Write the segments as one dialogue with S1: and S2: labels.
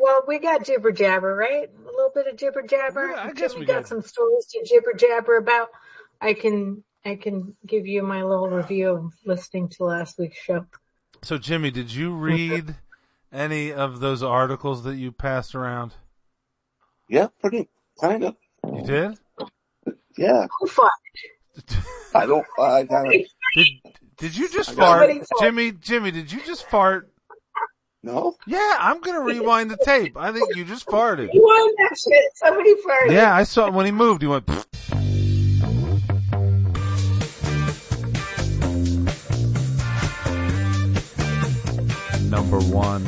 S1: Well, we got jibber jabber, right? A little bit of jibber jabber.
S2: Yeah, I
S1: If
S2: guess
S1: we,
S2: we
S1: got
S2: got-
S1: some stories to jibber jabber about. I can I can give you my little review of listening to last week's show.
S2: So, Jimmy, did you read any of those articles that you passed around?
S3: Yeah, pretty kind of.
S2: You did?
S3: Yeah,
S1: Who fought?
S3: I don't. I kind of
S2: Did Did you just fart,
S1: Somebody fart.
S2: Jimmy? Jimmy, did you just fart?
S3: no.
S2: Yeah, I'm gonna rewind the tape. I think you just farted.
S1: You won that shit. Somebody farted.
S2: Yeah, I saw when he moved. He went. "Pfft." Number one.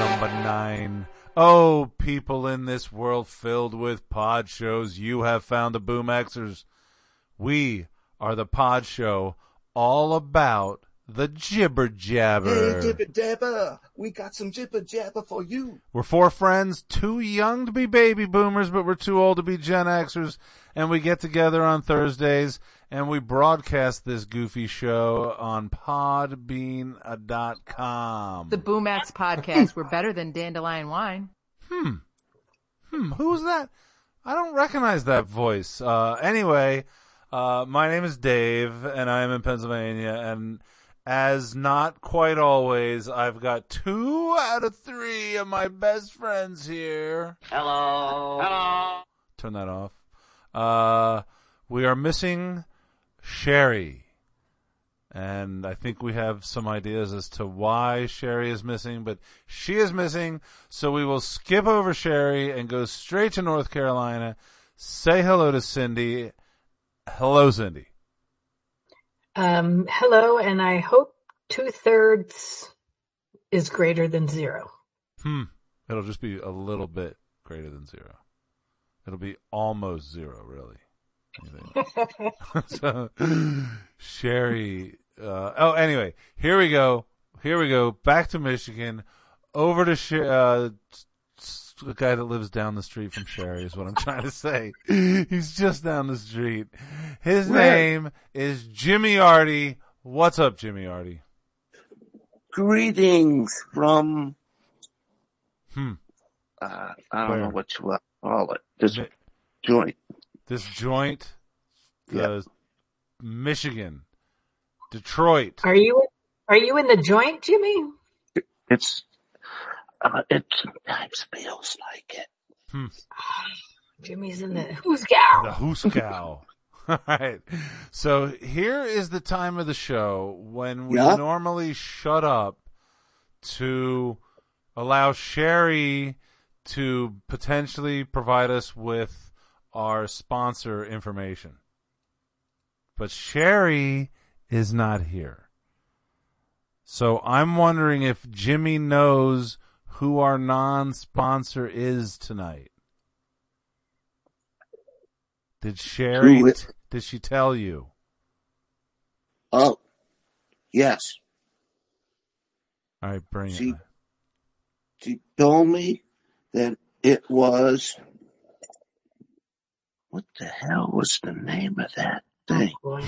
S2: Number nine. Oh, people in this world filled with pod shows, you have found the Boomxers. We are the pod show all about the jibber jabber.
S3: Hey, jibber jabber, we got some jibber jabber for you.
S2: We're four friends, too young to be baby boomers, but we're too old to be Gen Xers, and we get together on Thursdays and we broadcast this goofy show on podbean.com.
S4: The Boomax podcast. We're better than dandelion wine.
S2: Hmm, who's that? I don't recognize that voice. Uh, anyway, uh, my name is Dave, and I am in Pennsylvania. And as not quite always, I've got two out of three of my best friends here. Hello. Hello. Turn that off. Uh, we are missing Sherry. And I think we have some ideas as to why Sherry is missing, but she is missing. So we will skip over Sherry and go straight to North Carolina. Say hello to Cindy. Hello, Cindy.
S1: Um, hello, and I hope two thirds is greater than zero.
S2: Hmm. It'll just be a little bit greater than zero. It'll be almost zero, really. I think. so, Sherry. Uh, oh, anyway, here we go. Here we go. Back to Michigan. Over to Sher- uh, s- s- the guy that lives down the street from Sherry is what I'm trying to say. He's just down the street. His
S3: Where?
S2: name is Jimmy Artie. What's up, Jimmy Artie?
S3: Greetings from.
S2: Hmm.
S3: Uh, I don't know
S2: Where?
S3: what you want to call it. This joint.
S2: this joint,
S3: Yeah.
S2: the Michigan, Detroit.
S1: Are you are you in the joint, Jimmy?
S3: It's. Uh, it sometimes feels like it.
S1: Jimmy's in the who's gal?
S2: The Hooskow. All right. So here is the time of the show when we
S3: Yeah.
S2: normally shut up to allow Sherry to potentially provide us with our sponsor information. But Sherry is not here. So I'm wondering if Jimmy knows who our non sponsor is tonight. Did Sherry?
S3: Who i-
S2: t- did she tell you?
S3: Oh, yes.
S2: All right, bring
S3: She-
S2: it.
S3: She told me that it was. What the hell was the name of that thing?
S1: Boy.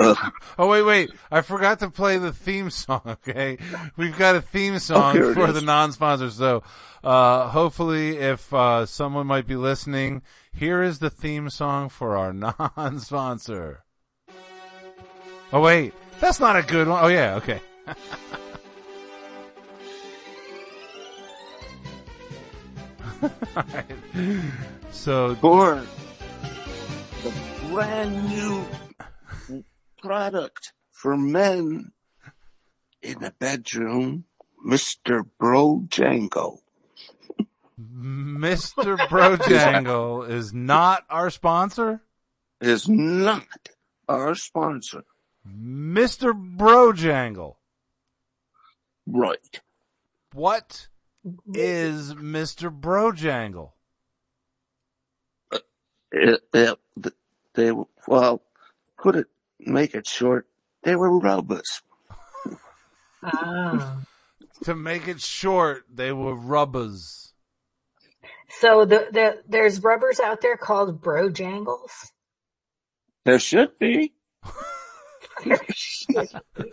S3: Uh,
S2: Oh wait, wait! I forgot to play the theme song. Okay, we've got a theme song
S3: Oh, here it
S2: for
S3: is.
S2: the non-sponsors. So, uh, hopefully, if uh, someone might be listening, here is the theme song for our non-sponsor. Oh wait, that's not a good one. Oh yeah, okay. All right. So
S3: for the brand new product for men in the bedroom, Mr. Brojango.
S2: Mr. Brojangle is not our sponsor.
S3: is not our sponsor.
S2: Mr. Brojangle.
S3: Right.
S2: What is Mr. Brojangle?
S3: It, it, Eh, they, were- well, put it, make it short, they were rubbers.
S1: Ah.
S2: To make it short, they were rubbers.
S1: So the, the there's rubbers out there called brojangles.
S3: There should be.
S1: I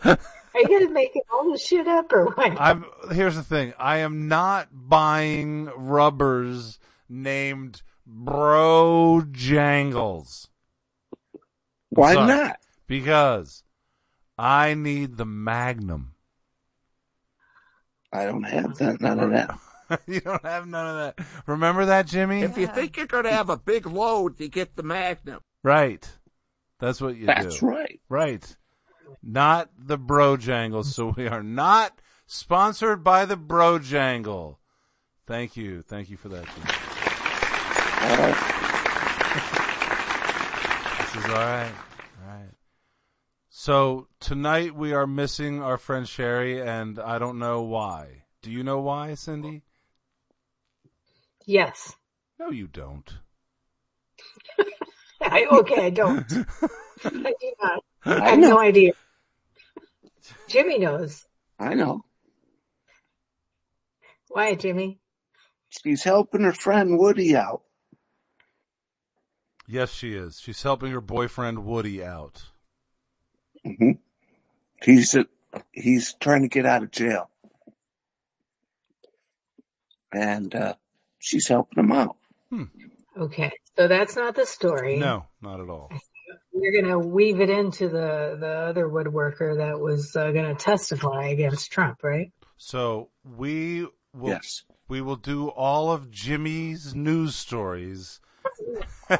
S1: Are you making all this shit up or what?
S2: I'm here's the thing. I am not buying rubbers named Bro Jangles
S3: Why
S2: Sorry.
S3: not?
S2: because I need the Magnum.
S3: I don't have that. None of that.
S2: you don't have none of that. Remember that, Jimmy?
S5: If you think you're going to have a big load, you get the Magnum.
S2: Right. That's what you
S3: That's
S2: do.
S3: right.
S2: Right. Not the Brojangles. So we are not sponsored by the Brojangle. Thank you. Thank you for that. Jimmy.
S3: All right.
S2: This is all right. All right. So tonight we are missing our friend Sherry, and I don't know why. Do you know why, Cindy?
S1: Yes.
S2: No, you don't.
S1: I, okay, I don't. I do not. I
S3: I
S1: have no
S3: know.
S1: idea. Jimmy knows.
S3: I know.
S1: Why, Jimmy?
S3: She's helping her friend Woody out.
S2: Yes, she is. She's helping her boyfriend Woody out.
S3: He's a, he's trying to get out of jail, and uh, she's helping him out.
S1: Okay, so that's not the story.
S2: No, not at all.
S1: We're going to weave it into the, the other woodworker that was uh, going to testify against Trump, right?
S2: So we will
S3: Yes.
S2: we will do all of Jimmy's news stories.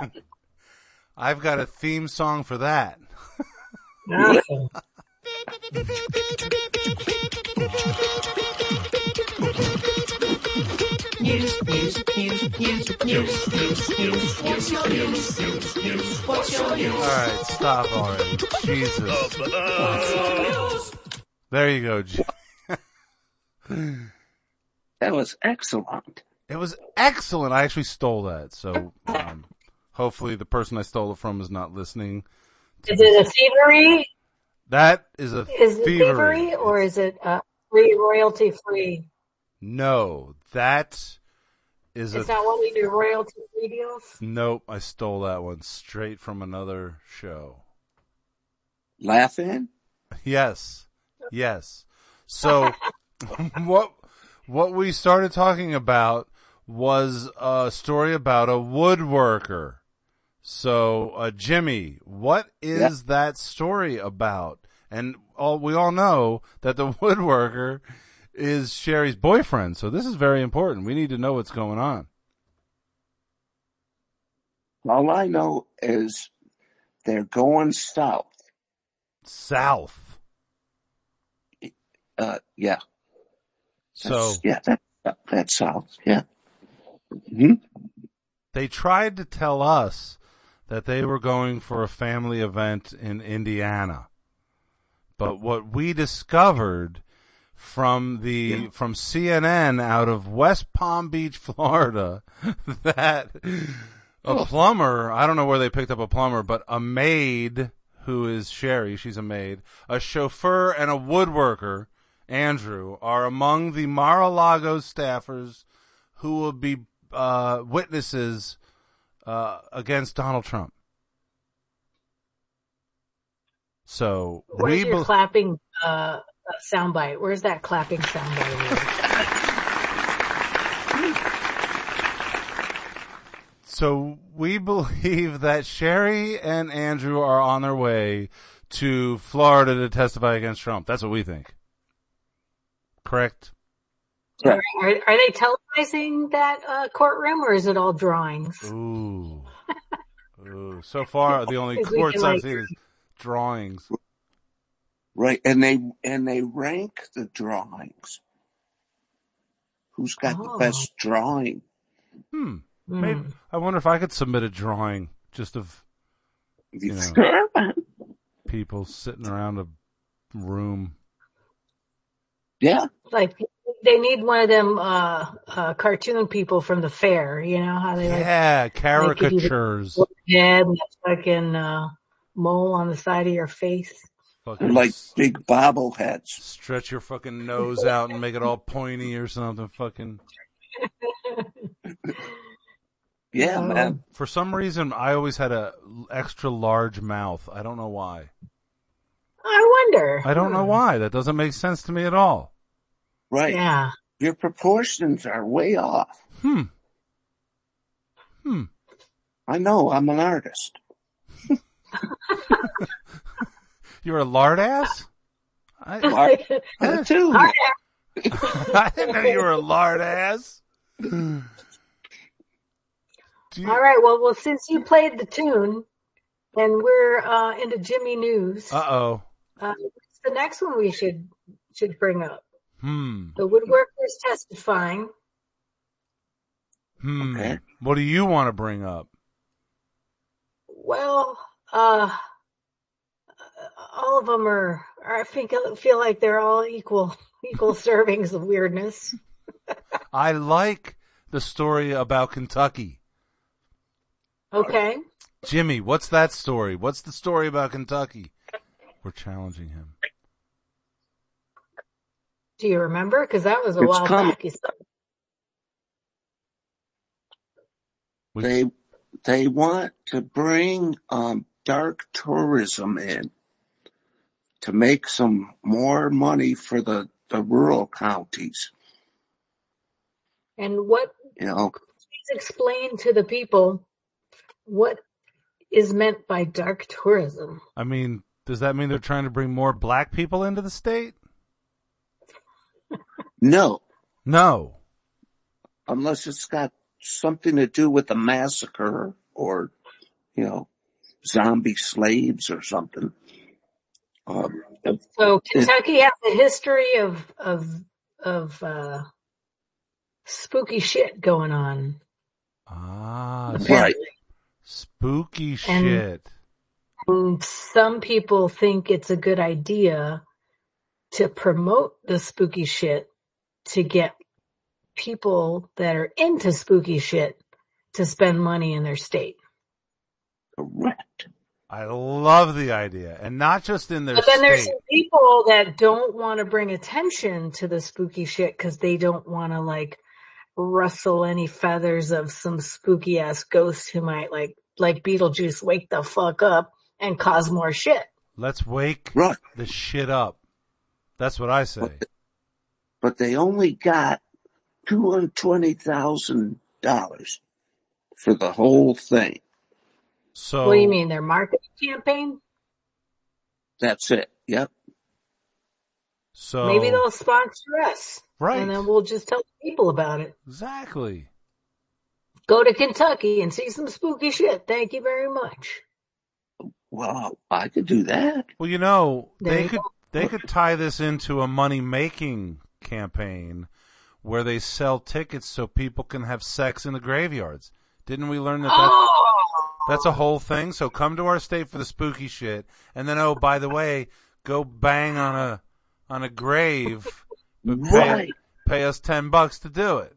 S2: I've got a theme song for that.
S1: Awesome.
S2: All right, stop already. Jesus. There you go. Jim.
S3: That was excellent.
S2: It was excellent. I actually stole that. So um, hopefully the person I stole it from is not listening.
S1: Is it a thievery?
S2: That is a
S1: Is it
S2: thievery.
S1: thievery or is it uh, free royalty free?
S2: No, that is
S1: It's
S2: a
S1: not what we do royalty free deals.
S2: Nope, I stole that one straight from another show.
S3: Laughing.
S2: Yes. Yes. So what what we started talking about was a story about a woodworker. So, uh, Jimmy, what is
S3: Yeah.
S2: that story about? And all we all know that the woodworker is Sherry's boyfriend. So this is very important. We need to know what's going on.
S3: All I know is they're going south.
S2: South.
S3: Uh, yeah.
S2: So
S3: That's- yeah, that, that, that's south. Yeah. hmm
S2: they tried to tell us that they were going for a family event in Indiana. But what we discovered from the from CNN out of West Palm Beach, Florida, that a plumber, I don't know where they picked up a plumber, but a maid who is Sherry, she's a maid, a chauffeur and a woodworker, Andrew, are among the Mar-a-Lago staffers who will be uh, witnesses uh, against Donald Trump. So
S1: Where's
S2: we
S1: your
S2: bel-
S1: clapping uh, soundbite? Where's that clapping soundbite?
S2: So we believe that Sherry and Andrew are on their way to Florida to testify against Trump. That's what we think. Correct?
S3: Correct.
S1: are, are they televising that uh, courtroom or is it all
S2: Mm.
S1: drawings?
S2: Ooh. Ooh. So far, the only
S1: Because we
S2: courts
S1: can,
S2: I've
S1: like-
S2: seen is drawings.
S3: Right. And they, and they rank the drawings. Who's got
S1: Oh.
S3: the best drawing?
S2: Hmm.
S1: Hmm.
S2: Maybe, I wonder if I could submit a drawing just of
S3: You
S2: Yeah.
S3: sure?
S2: people sitting around a room.
S3: Yeah.
S1: Like they need one of them uh, uh, cartoon people from the fair. You know how they like
S2: Yeah,
S1: could do the-
S2: caricatures.
S1: flip your head and that fucking uh, mole on the side of your face.
S3: They're
S2: Fucking
S3: like
S2: s-
S3: big bobbleheads.
S2: stretch your fucking nose out and make it all pointy or something. Fucking.
S3: Yeah,
S1: Oh.
S3: man.
S2: For some reason, I always had a l- extra large mouth. I don't know why.
S1: I wonder. Hmm.
S2: I don't know why. That doesn't make sense to me at all.
S3: Right.
S1: Yeah.
S3: Your proportions are way off.
S2: Hmm. Hmm.
S3: I know. I'm an artist.
S2: You're a lard ass? I,
S3: Lar- That uh, too.
S1: All right.
S2: I didn't know you were a lard ass. Do you-
S1: All right. Well, well, since you played the tune, and we're uh, into Jimmy news, uh,
S2: Uh-oh.
S1: what's the next one we should should bring up
S2: Hmm.
S1: the woodworkers testifying.
S2: Hmm.
S3: Okay.
S2: What do you want to bring up?
S1: Well, uh, all of them are. I think feel like they're all equal equal servings of weirdness.
S2: I like the story about Kentucky.
S1: Okay.
S2: Jimmy, what's that story? What's the story about Kentucky? We're challenging him.
S1: Do you remember? Because that was a
S3: It's
S1: while
S3: coming.
S1: back. You said.
S2: We-
S3: They they want to bring um, dark tourism in to make some more money for the, the rural counties.
S1: And what
S3: You know,
S1: please explain to the people what is meant by dark tourism?
S2: I mean, does that mean they're trying to bring more black people into the state?
S3: no,
S2: No.
S3: unless it's got something to do with a massacre or you know zombie slaves or something. Um,
S1: So Kentucky has a history of of of uh, spooky shit going on.
S2: Ah, s-
S3: right.
S2: spooky shit.
S1: And Mm, some people think it's a good idea to promote the spooky shit to get people that are into spooky shit to spend money in their state.
S3: Correct.
S2: I love the idea, and not just in their
S1: But then there's
S2: state.
S1: some people that don't want to bring attention to the spooky shit because they don't want to like rustle any feathers of some spooky ass ghost who might like like Beetlejuice wake the fuck up and cause more shit.
S2: Let's wake
S3: Right.
S2: the shit up. That's what I say.
S3: But they only got two hundred twenty thousand dollars for the whole thing.
S2: So
S1: What do you mean? Their marketing campaign?
S3: That's it. Yep.
S2: So
S1: Maybe they'll sponsor us.
S2: Right.
S1: And then we'll just tell people about it.
S2: exactly.
S1: Go to Kentucky and see some spooky shit. Thank you very much.
S3: Well, I could do that.
S2: Well, you know,
S1: There
S2: they
S1: you
S2: could
S1: go.
S2: they could tie this into a money making campaign where they sell tickets so people can have sex in the graveyards. Didn't we learn that that's,
S1: Oh!
S2: that's a whole thing? So come to our state for the spooky shit, and then oh by the way, go bang on a on a grave, but pay,
S3: Right.
S2: pay us ten bucks to do it.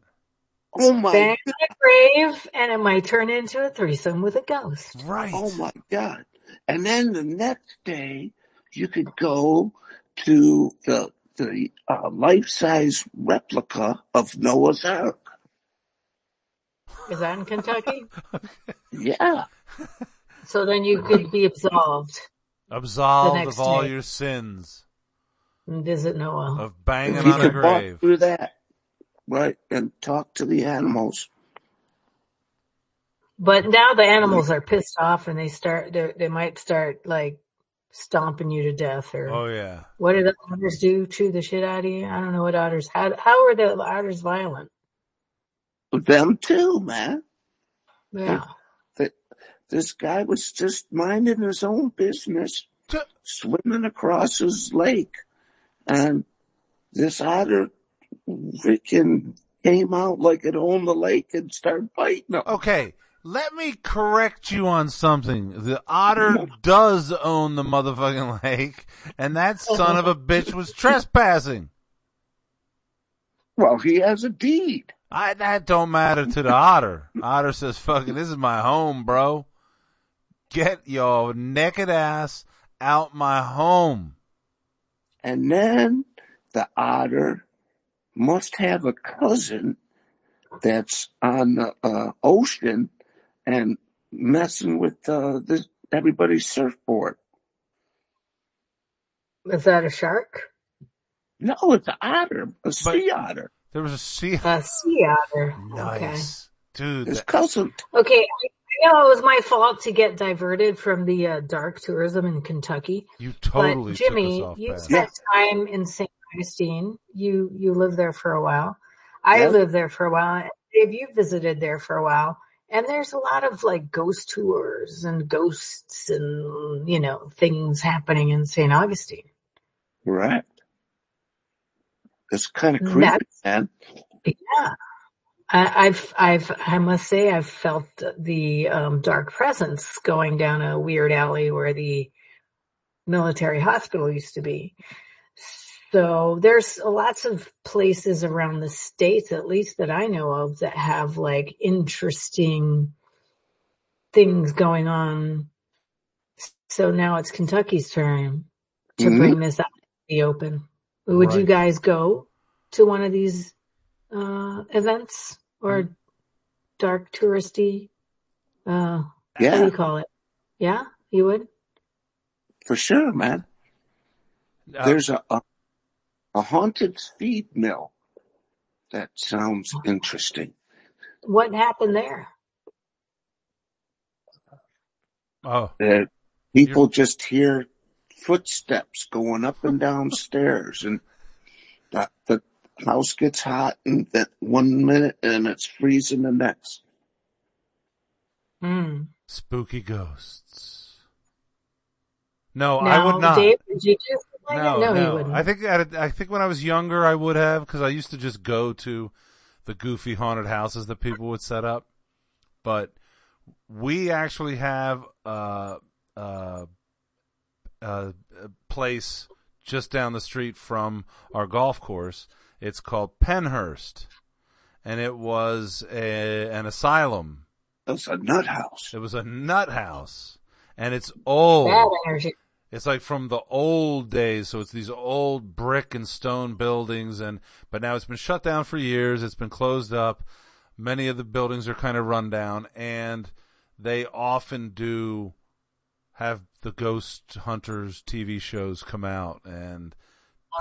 S3: Oh my.
S1: Bang on a grave, and it might turn into a threesome with a ghost.
S2: Right.
S3: Oh my God. And then the next day, you could go to the, the uh, life size replica of Noah's Ark.
S1: Is that in Kentucky?
S3: Yeah.
S1: so then you could be absolved The
S2: Absolved
S1: next
S2: of all
S1: day.
S2: your sins
S1: and visit Noah.
S2: of banging
S3: you
S2: on a
S3: could
S2: grave.
S3: walk through that. Right. And talk to the animals.
S1: But now the animals are pissed off, and they start. they're- They might start like stomping you to death, or
S2: Oh yeah.
S1: what do the otters do? Chew the shit out of you? I don't know what otters. How how are the otters violent?
S3: Them too, man.
S1: Yeah.
S3: That this guy was just minding his own business,
S2: T-
S3: swimming across his lake. And this otter freaking came out like it owned the lake and started biting him.
S2: Okay, let me correct you on something. The otter does own the motherfucking lake, and that son of a bitch was trespassing.
S3: Well, he has a deed.
S2: I that don't matter to the otter. Otter says, "Fucking, this is my home, bro. Get your naked ass out my home."
S3: And then the otter must have a cousin that's on the uh, ocean and messing with uh, the, everybody's surfboard.
S1: Is that a shark?
S3: No, it's an otter, a sea otter.
S2: There was a sea.
S1: A sea otter.
S2: Nice, dude.
S3: His
S2: that-
S3: cousin.
S1: Okay. Okay. I I know it was my fault to get diverted from the uh, dark tourism in Kentucky.
S2: you totally
S1: but Jimmy,
S2: took us off
S1: you
S2: path.
S1: spent time in St. Augustine. You you lived there for a while. I
S3: Yeah.
S1: lived there for a while. Dave, you visited there for a while. And there's a lot of like ghost tours and ghosts and you know things happening in St. Augustine.
S3: Correct. It's kind of creepy,
S1: That's-
S3: man.
S1: Yeah, I, I've I've I must say I've felt the um, dark presence going down a weird alley where the military hospital used to be. So there's lots of places around the states, at least that I know of, that have like interesting things going on. So now it's Kentucky's turn to
S3: Mhm.
S1: bring this out in the open. Would you
S2: Right.
S1: guys go to one of these uh, events or dark touristy? Uh, What do
S3: Yeah,
S1: you call it? Yeah, you would.
S3: for sure, man.
S2: Uh,
S3: There's a, a a haunted feed mill. That sounds interesting.
S1: What happened there?
S2: oh,
S3: That people just hear footsteps going up and down stairs, and the, the house gets hot, and that one minute, and it's freezing the next.
S1: Hmm.
S2: spooky ghosts. No, I
S1: Now,
S2: would not.
S1: Dave, would you do something like
S2: no,
S1: that?
S2: no,
S1: No, you wouldn't.
S2: I think at a, I think when I was younger, I would have because I used to just go to the goofy haunted houses that people would set up. But we actually have a, a, uh, a place just down the street from our golf course. It's called Penhurst, and it was a, an asylum.
S3: That's a nut house.
S2: It was a nut house, and it's old.
S1: Bad energy.
S2: It's like from the old days, so it's these old brick and stone buildings and but now it's been shut down for years, it's been closed up. Many of the buildings are kind of run down and they often do have the ghost hunters TV shows come out and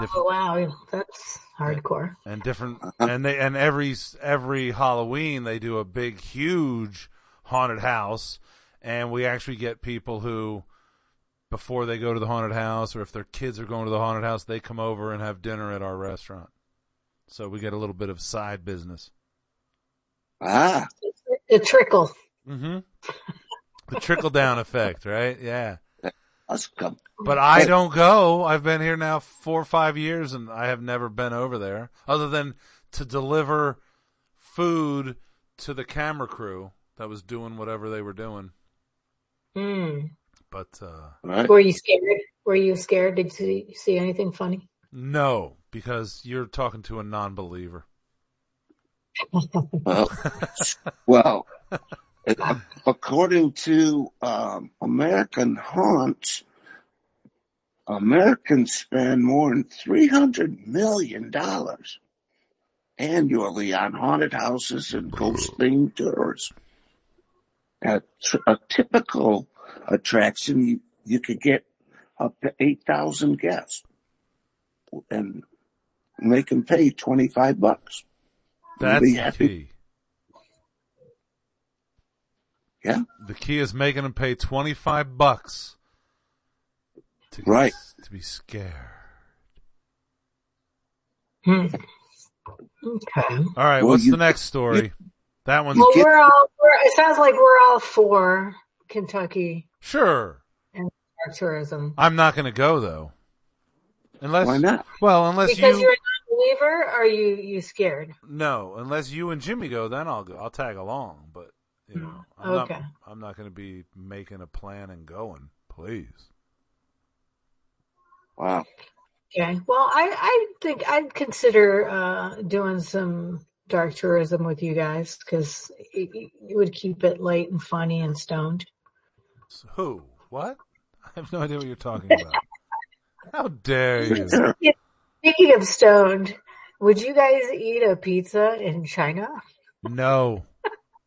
S1: Oh wow, that's hardcore.
S2: and different and they and every every Halloween they do a big huge haunted house and we actually get people who before they go to the haunted house or if their kids are going to the haunted house they come over and have dinner at our restaurant so we get a little bit of side business
S3: Ah,
S1: The trickle.
S2: mm-hmm. the trickle down effect right yeah
S3: that's come.
S2: but I don't go. I've been here now four or five years and I have never been over there other than to deliver food to the camera crew that was doing whatever they were doing.
S1: Hmm.
S2: But, uh,
S3: Right?
S1: Were you scared? Were you scared? Did you see, see anything funny?
S2: no, because you're talking to a non believer.
S3: Well, well, a- according to um, American Haunts, Americans spend more than three hundred million dollars annually on haunted houses and ghost themed tours. A, tr- a typical attraction, you, you could get up to eight thousand guests, and make them pay twenty five bucks.
S2: That's
S3: Be
S2: the
S3: happy.
S2: key.
S3: Yeah.
S2: The key is making them pay 25 bucks to,
S3: Right.
S2: to be scared.
S1: Hmm. Okay.
S2: All right.
S3: Well,
S2: what's
S3: you-
S2: the next story? that one's
S1: Well,
S3: get-
S1: we're all. We're, it sounds like we're all for Kentucky
S2: sure.
S1: tourism
S2: I'm not going to go though. Unless
S3: Why not?
S2: Well, unless
S1: because
S2: you
S1: you... are a non-believer. Are you you scared?
S2: no, unless you and Jimmy go, then I'll go. I'll tag along, but you know, I'm
S1: Okay.
S2: not. I'm not going to be making a plan and going. Please.
S3: Wow.
S1: Okay. Well, I I think I'd consider uh, doing some dark tourism with you guys because it, it would keep it light and funny and stoned.
S2: So who? What? I have no idea what you're talking about. How dare you?
S3: Sure.
S1: Speaking of stoned, would you guys eat a pizza in China?
S2: No.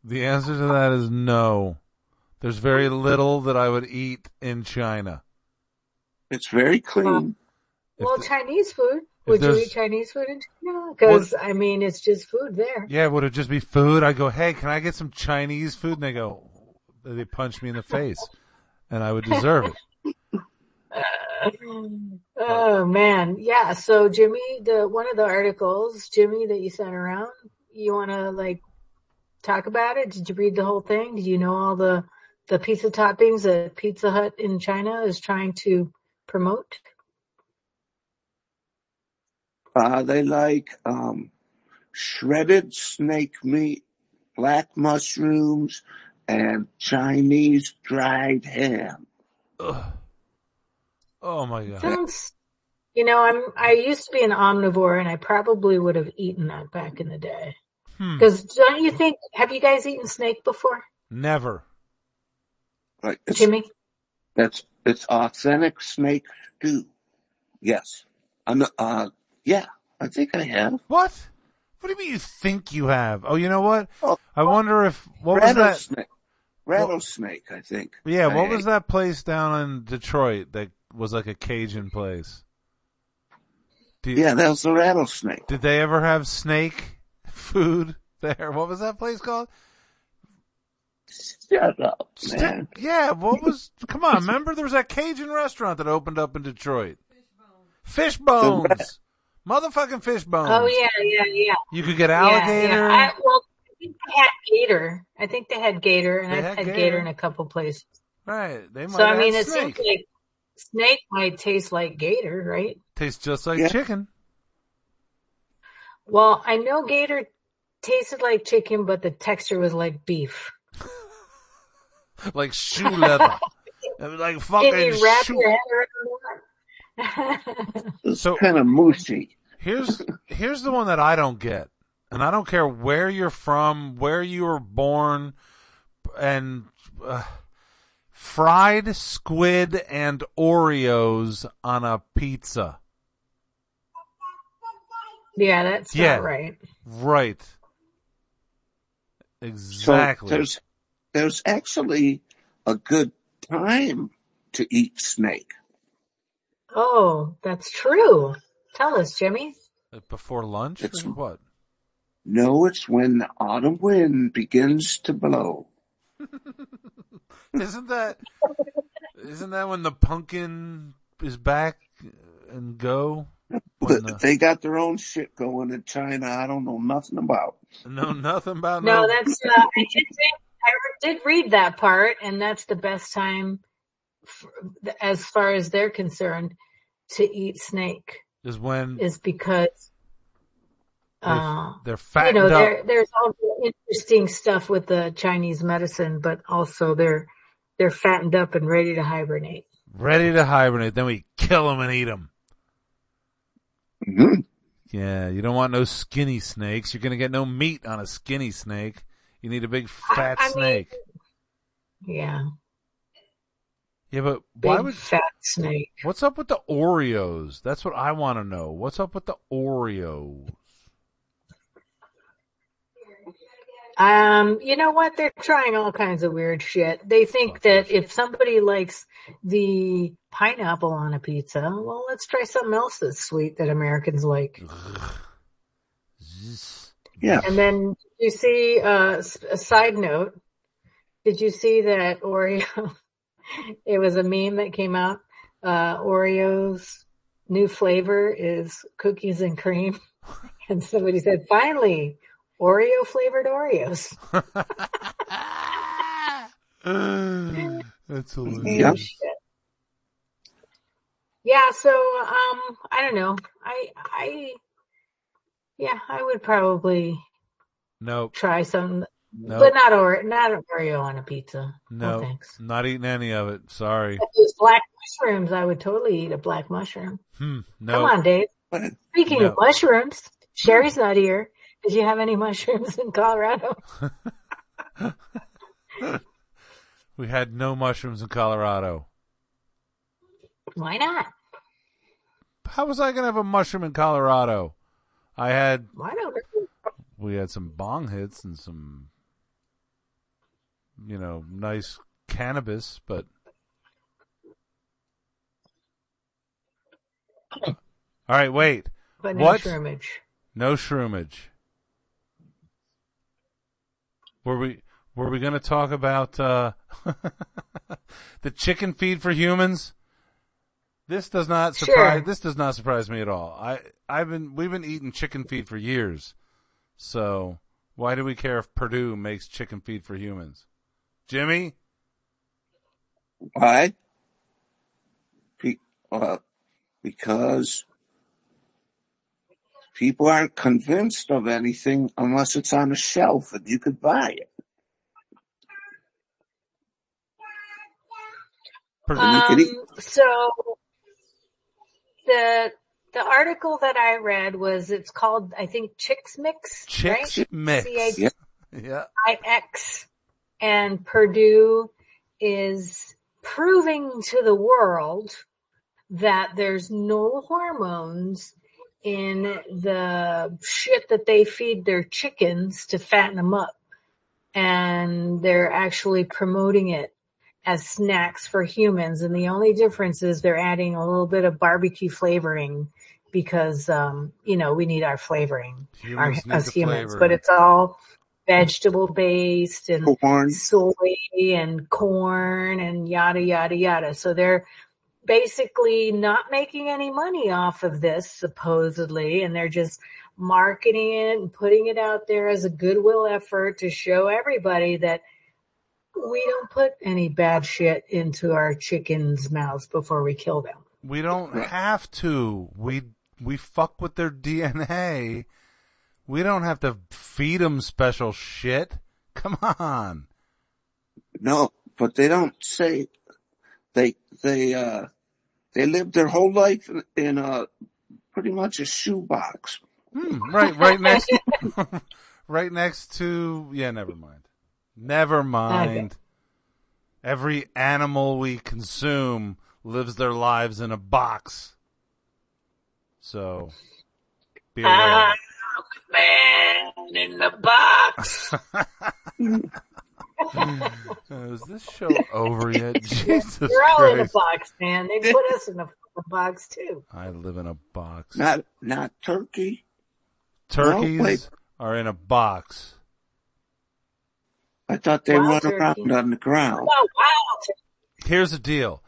S2: The answer to that is no. There's very little that I would eat in China.
S3: It's very clean.
S1: well,
S2: the-
S1: Chinese food. Would you
S2: there's-
S1: eat Chinese food in China? Because I mean, it's just food there.
S2: yeah, would it just be food? I go, hey, can I get some Chinese food? And they go, they punch me in the face, and I would deserve it.
S1: Oh man, yeah. So Jimmy, the one of the articles, Jimmy, that you sent around, you want to like talk about it? Did you read the whole thing? Did you know all the the pizza toppings that Pizza Hut in China is trying to promote?
S3: Uh, they like um, shredded snake meat, black mushrooms, and Chinese dried ham.
S2: Oh my god!
S1: Sounds, you know, I'm I used to be an omnivore, and I probably would have eaten that back in the day.
S2: Hmm.
S1: Because don't you think? Have you guys eaten snake before,
S2: Never.
S3: Like it's,
S1: Jimmy?
S3: That's it's authentic snake stew. Yes. I'm, uh, yeah, I think I have.
S2: What? What do you mean you think you have? Oh, you know what?
S3: Oh.
S2: I wonder if what was that?
S3: rattlesnake. Rattlesnake, I think.
S2: Yeah,
S3: I
S2: what was
S3: ate.
S2: that place down in Detroit that was like a Cajun place? Do you-
S3: Yeah, that was the rattlesnake.
S2: Did they ever have snake food there? What was that place called?
S3: Shut up,
S2: Sti-
S3: man.
S2: yeah, what was? Come on, remember there was that Cajun restaurant that opened up in Detroit. Fish bones,
S3: The
S2: motherfucking fish bones.
S1: Oh yeah, yeah, yeah.
S2: You could get
S1: Yeah,
S2: alligator.
S1: Yeah, I, well, I think they had gator. I think they had gator, and
S2: They
S1: I've
S2: had
S1: had, gator.
S2: gator.
S1: in a couple places.
S2: Right. They might.
S1: So I
S2: have
S1: mean,
S2: had
S1: it
S2: snake.
S1: seems like snake might taste like gator, right?
S2: tastes just like
S3: Yeah.
S2: chicken.
S1: Well, I know gator tasted like chicken, but the texture was like beef.
S2: like shoe leather. It was like
S1: Can
S2: fucking
S1: you wrap
S2: shoe.
S1: your head around that?
S3: It's
S2: So-
S3: kind of mushy.
S2: Here's here's the one that I don't get, and I don't care where you're from, where you were born, and uh, fried squid and Oreos on a pizza.
S1: yeah, that's
S2: Yeah.
S1: not right.
S2: Right. Exactly.
S3: So there's there's actually a good time to eat snake.
S1: Oh, that's true. Tell us, Jimmy.
S2: Uh, Before lunch
S3: It's-
S2: or what?
S3: No, it's when the autumn wind begins to blow.
S2: Isn't that isn't that when the pumpkin is back and go? When uh,
S3: But
S2: the,
S3: They got their own shit going in China. I don't know nothing about.
S2: no, nothing about
S1: No, that's uh, I did think, I did read that part, and that's the best time, f as far as they're concerned, to eat snake
S2: is when
S1: is because,
S2: they,
S1: uh,
S2: they're
S1: you
S2: fattened
S1: know,
S2: up.
S1: there, there's all the interesting stuff with the Chinese medicine, but also they're they're fattened up and ready to hibernate.
S2: ready to hibernate. Then we kill them and eat them.
S3: Mhm.
S2: Yeah, you don't want no skinny snakes. You're gonna get no meat on a skinny snake. You need a big fat
S1: I mean-
S2: snake.
S1: Yeah,
S2: yeah, but
S1: big
S2: why would?
S1: fat snake.
S2: What's up with the Oreos? That's what I want to know. What's up with the Oreos?
S1: Um, you know what? They're trying all kinds of weird shit. They think that if somebody likes the pineapple on a pizza, well, let's try something else that's sweet that Americans like.
S2: Zzz.
S3: Yeah.
S1: And then you see, uh, s- a side note. Did you see that Oreo? it was a meme that came out. Uh, Oreo's new flavor is cookies and cream. And somebody said, finally, Oreo flavored Oreos.
S2: That's hilarious.
S3: Yeah.
S1: Yeah, so um I don't know. I I yeah, I would probably
S2: Nope.
S1: try some
S2: Nope.
S1: but not or not an Oreo on a pizza. No,
S2: nope.
S1: thanks.
S2: Not eating any of it. Sorry.
S1: If it's black mushrooms, I would totally eat a black mushroom.
S2: Hmm. No.
S1: Come on, Dave.
S3: But
S1: Speaking
S2: No.
S1: of mushrooms, Sherry's not here. Did you have any mushrooms in Colorado?
S2: We had no mushrooms in Colorado.
S1: Why not?
S2: How was I going to have a mushroom in Colorado? I had
S1: Why don't we?
S2: we had some bong hits and some you know, nice cannabis, but All right, wait.
S1: But no
S2: What?
S1: shroomage.
S2: No shroomage. Were we were we going to talk about uh, the chicken feed for humans? This does not
S1: Sure.
S2: surprise. This does not surprise me at all. I I've been we've been eating chicken feed for years, so why do we care if Purdue makes chicken feed for humans? Jimmy,
S3: Why? Be, uh, because people aren't convinced of anything unless it's on a shelf and you could buy it.
S2: Purdue.
S3: Uh,
S1: Um,
S3: Can you-
S1: so the the article that I read was it's called I think Chicks Mix,
S2: Chicks
S1: right?
S2: mix.
S1: C
S3: Yeah.
S2: Yeah.
S1: H I X, and Purdue is proving to the world that there's no hormones in the shit that they feed their chickens to fatten them up. And they're actually promoting it as snacks for humans. And the only difference is they're adding a little bit of barbecue flavoring because, um, you know, we need our flavoring our,
S2: Humans need
S1: as
S2: the
S1: humans,
S2: flavor.
S1: but it's all vegetable based and
S2: Mm.
S3: Corn.
S1: soy and corn and yada yada yada. So they're basically not making any money off of this supposedly and they're just marketing it and putting it out there as a goodwill effort to show everybody that we don't put any bad shit into our chickens' mouths before we kill them.
S2: We don't
S3: Right.
S2: have to. We we fuck with their DNA. We don't have to feed them special shit. Come on.
S3: No, but they don't say they they uh they live their whole life in, in a pretty much a shoebox.
S2: Hmm, right, right next, right next to. Yeah, never mind. Never mind. Every animal we consume lives their lives in a box. So, be aware.
S1: Ah, man in the box.
S2: Uh, is this show over yet? Jesus
S1: We're all in a
S2: Christ!
S1: box, man. They put us in a fucking box too.
S2: I live in a box.
S3: Not not turkey.
S2: Turkeys
S3: No, wait.
S2: are in a box.
S3: I thought they
S1: Wild
S3: run around
S1: turkey.
S3: on the ground.
S1: Oh wow!
S2: Here's the deal.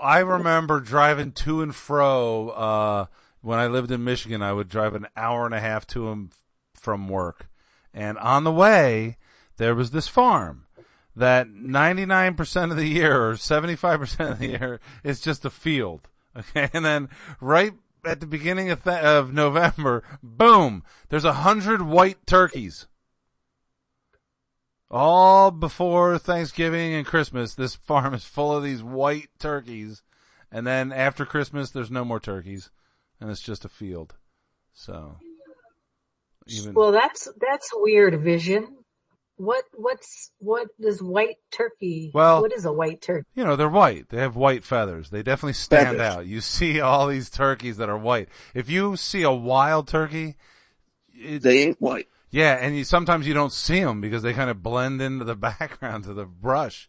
S2: I remember driving to and fro uh, when I lived in Michigan. I would drive an hour and a half to and from work, and on the way there was this farm that 99% of the year or 75% of the year is just a field. Okay. And then right at the beginning of, th- of November, boom, there's a hundred white turkeys. All before Thanksgiving and Christmas, this farm is full of these white turkeys. And then after Christmas, there's no more turkeys and it's just a field. So even
S1: Well, that's that's a weird vision. What what's what is white turkey?
S2: Well-
S1: what is a white turkey?
S2: you know, they're white. They have white feathers. They definitely stand
S3: Feathers.
S2: out. You see all these turkeys that are white. If you see a wild turkey, it,
S3: They ain't white.
S2: yeah, and you, sometimes you don't see them because they kind of blend into the background to the brush.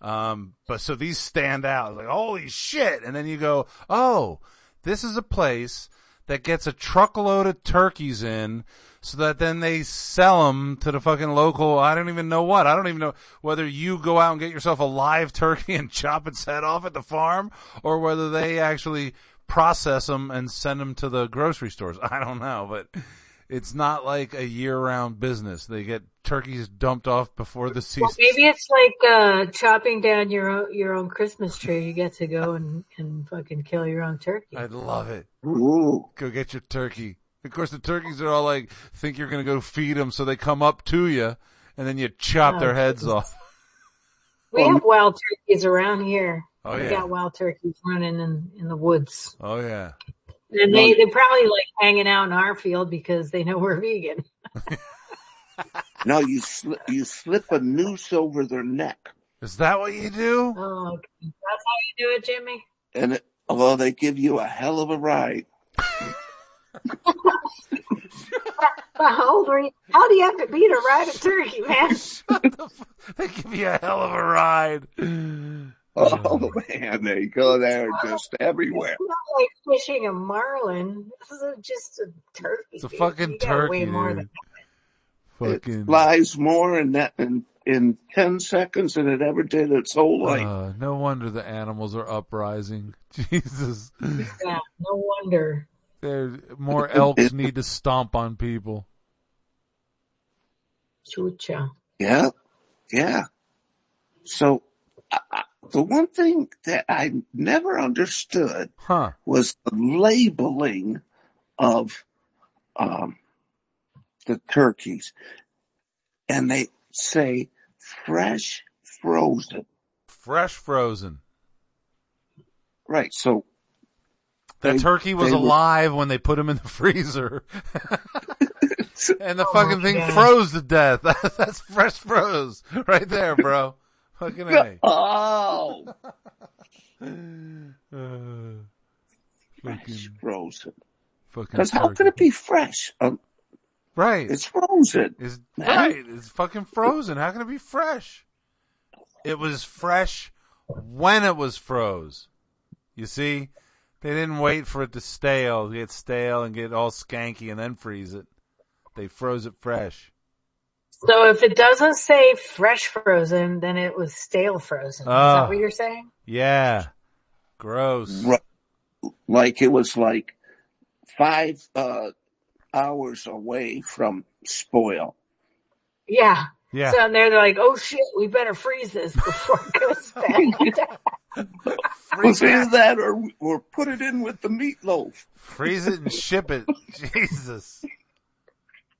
S2: Um, but so these stand out like, holy shit. And then you go, oh, this is a place that gets a truckload of turkeys in so that then they sell them to the fucking local. I don't even know what. I don't even know whether you go out and get yourself a live turkey and chop its head off at the farm or whether they actually process them and send them to the grocery stores. I don't know, but it's not like a year round business. They get turkeys dumped off before the season.
S1: Well, maybe it's like uh, chopping down your own, your own Christmas tree. You get to go and, and fucking kill your own turkey.
S2: I'd love it.
S3: Ooh.
S2: Go get your turkey. Of course, the turkeys are all like, think you're going to go feed them, so they come up to you, and then you chop
S1: Oh,
S2: their heads off.
S1: We
S3: Well,
S1: have wild turkeys around here.
S2: Oh,
S1: we
S2: yeah.
S1: got wild turkeys running in, in the woods,
S2: Oh, yeah.
S1: and they they're probably like hanging out in our field because they know we're vegan.
S3: No, you slip you slip a noose over their neck,
S2: Is that what you do?
S1: Oh, okay. that's how you do it, Jimmy.
S3: and it, well, they give you a hell of a ride.
S1: But how old are you? How do you have to be to ride a turkey, man?
S2: Shut the f- They give you a hell of a ride.
S3: Oh man, they go there just everywhere.
S1: It's not like fishing a marlin. This is a- just a turkey.
S2: It's a
S1: dude.
S2: fucking
S1: You gotta weigh
S2: turkey,
S1: more
S2: dude.
S1: than-
S2: Fucking.
S3: It lies more in that in, in ten seconds than it ever did its whole life.
S2: Uh, no wonder the animals are uprising. Jesus,
S1: Yeah, no wonder.
S2: there more elks need to stomp on people.
S1: Chucha.
S3: Yeah, yeah. So I, I, the one thing that I never understood
S2: Huh?
S3: was the labeling of um, the turkeys, and they say fresh frozen.
S2: Fresh frozen.
S3: Right. So
S2: That
S3: They-
S2: turkey was
S3: they were-
S2: alive when they put him in the freezer. and
S3: Oh
S2: the fucking thing
S1: God.
S2: froze to death. That's fresh froze right there, bro. Fucking A.
S3: oh,
S2: Uh,
S3: fresh
S2: fucking,
S3: frozen.
S2: fucking
S3: Because how
S2: turkey.
S3: could it be fresh? Um,
S2: Right.
S3: it's frozen.
S2: It's
S3: Yeah.
S2: right. It's fucking frozen. How can it be fresh? It was fresh when it was froze. You see, they didn't wait for it to stale, get stale, and get all skanky, and then freeze it. They froze it fresh.
S1: So if it doesn't say fresh frozen, then it was stale frozen. Is
S2: Ah.
S1: that what you're saying?
S2: Yeah, gross.
S3: Ru- Like it was like five uh, hours away from spoil.
S1: Yeah.
S2: Yeah,
S1: So and they're like, oh shit, we better freeze this before it goes bad.
S2: freeze
S3: was either
S2: it,
S3: that or or put it in with the meatloaf.
S2: freeze it, and ship it. Jesus,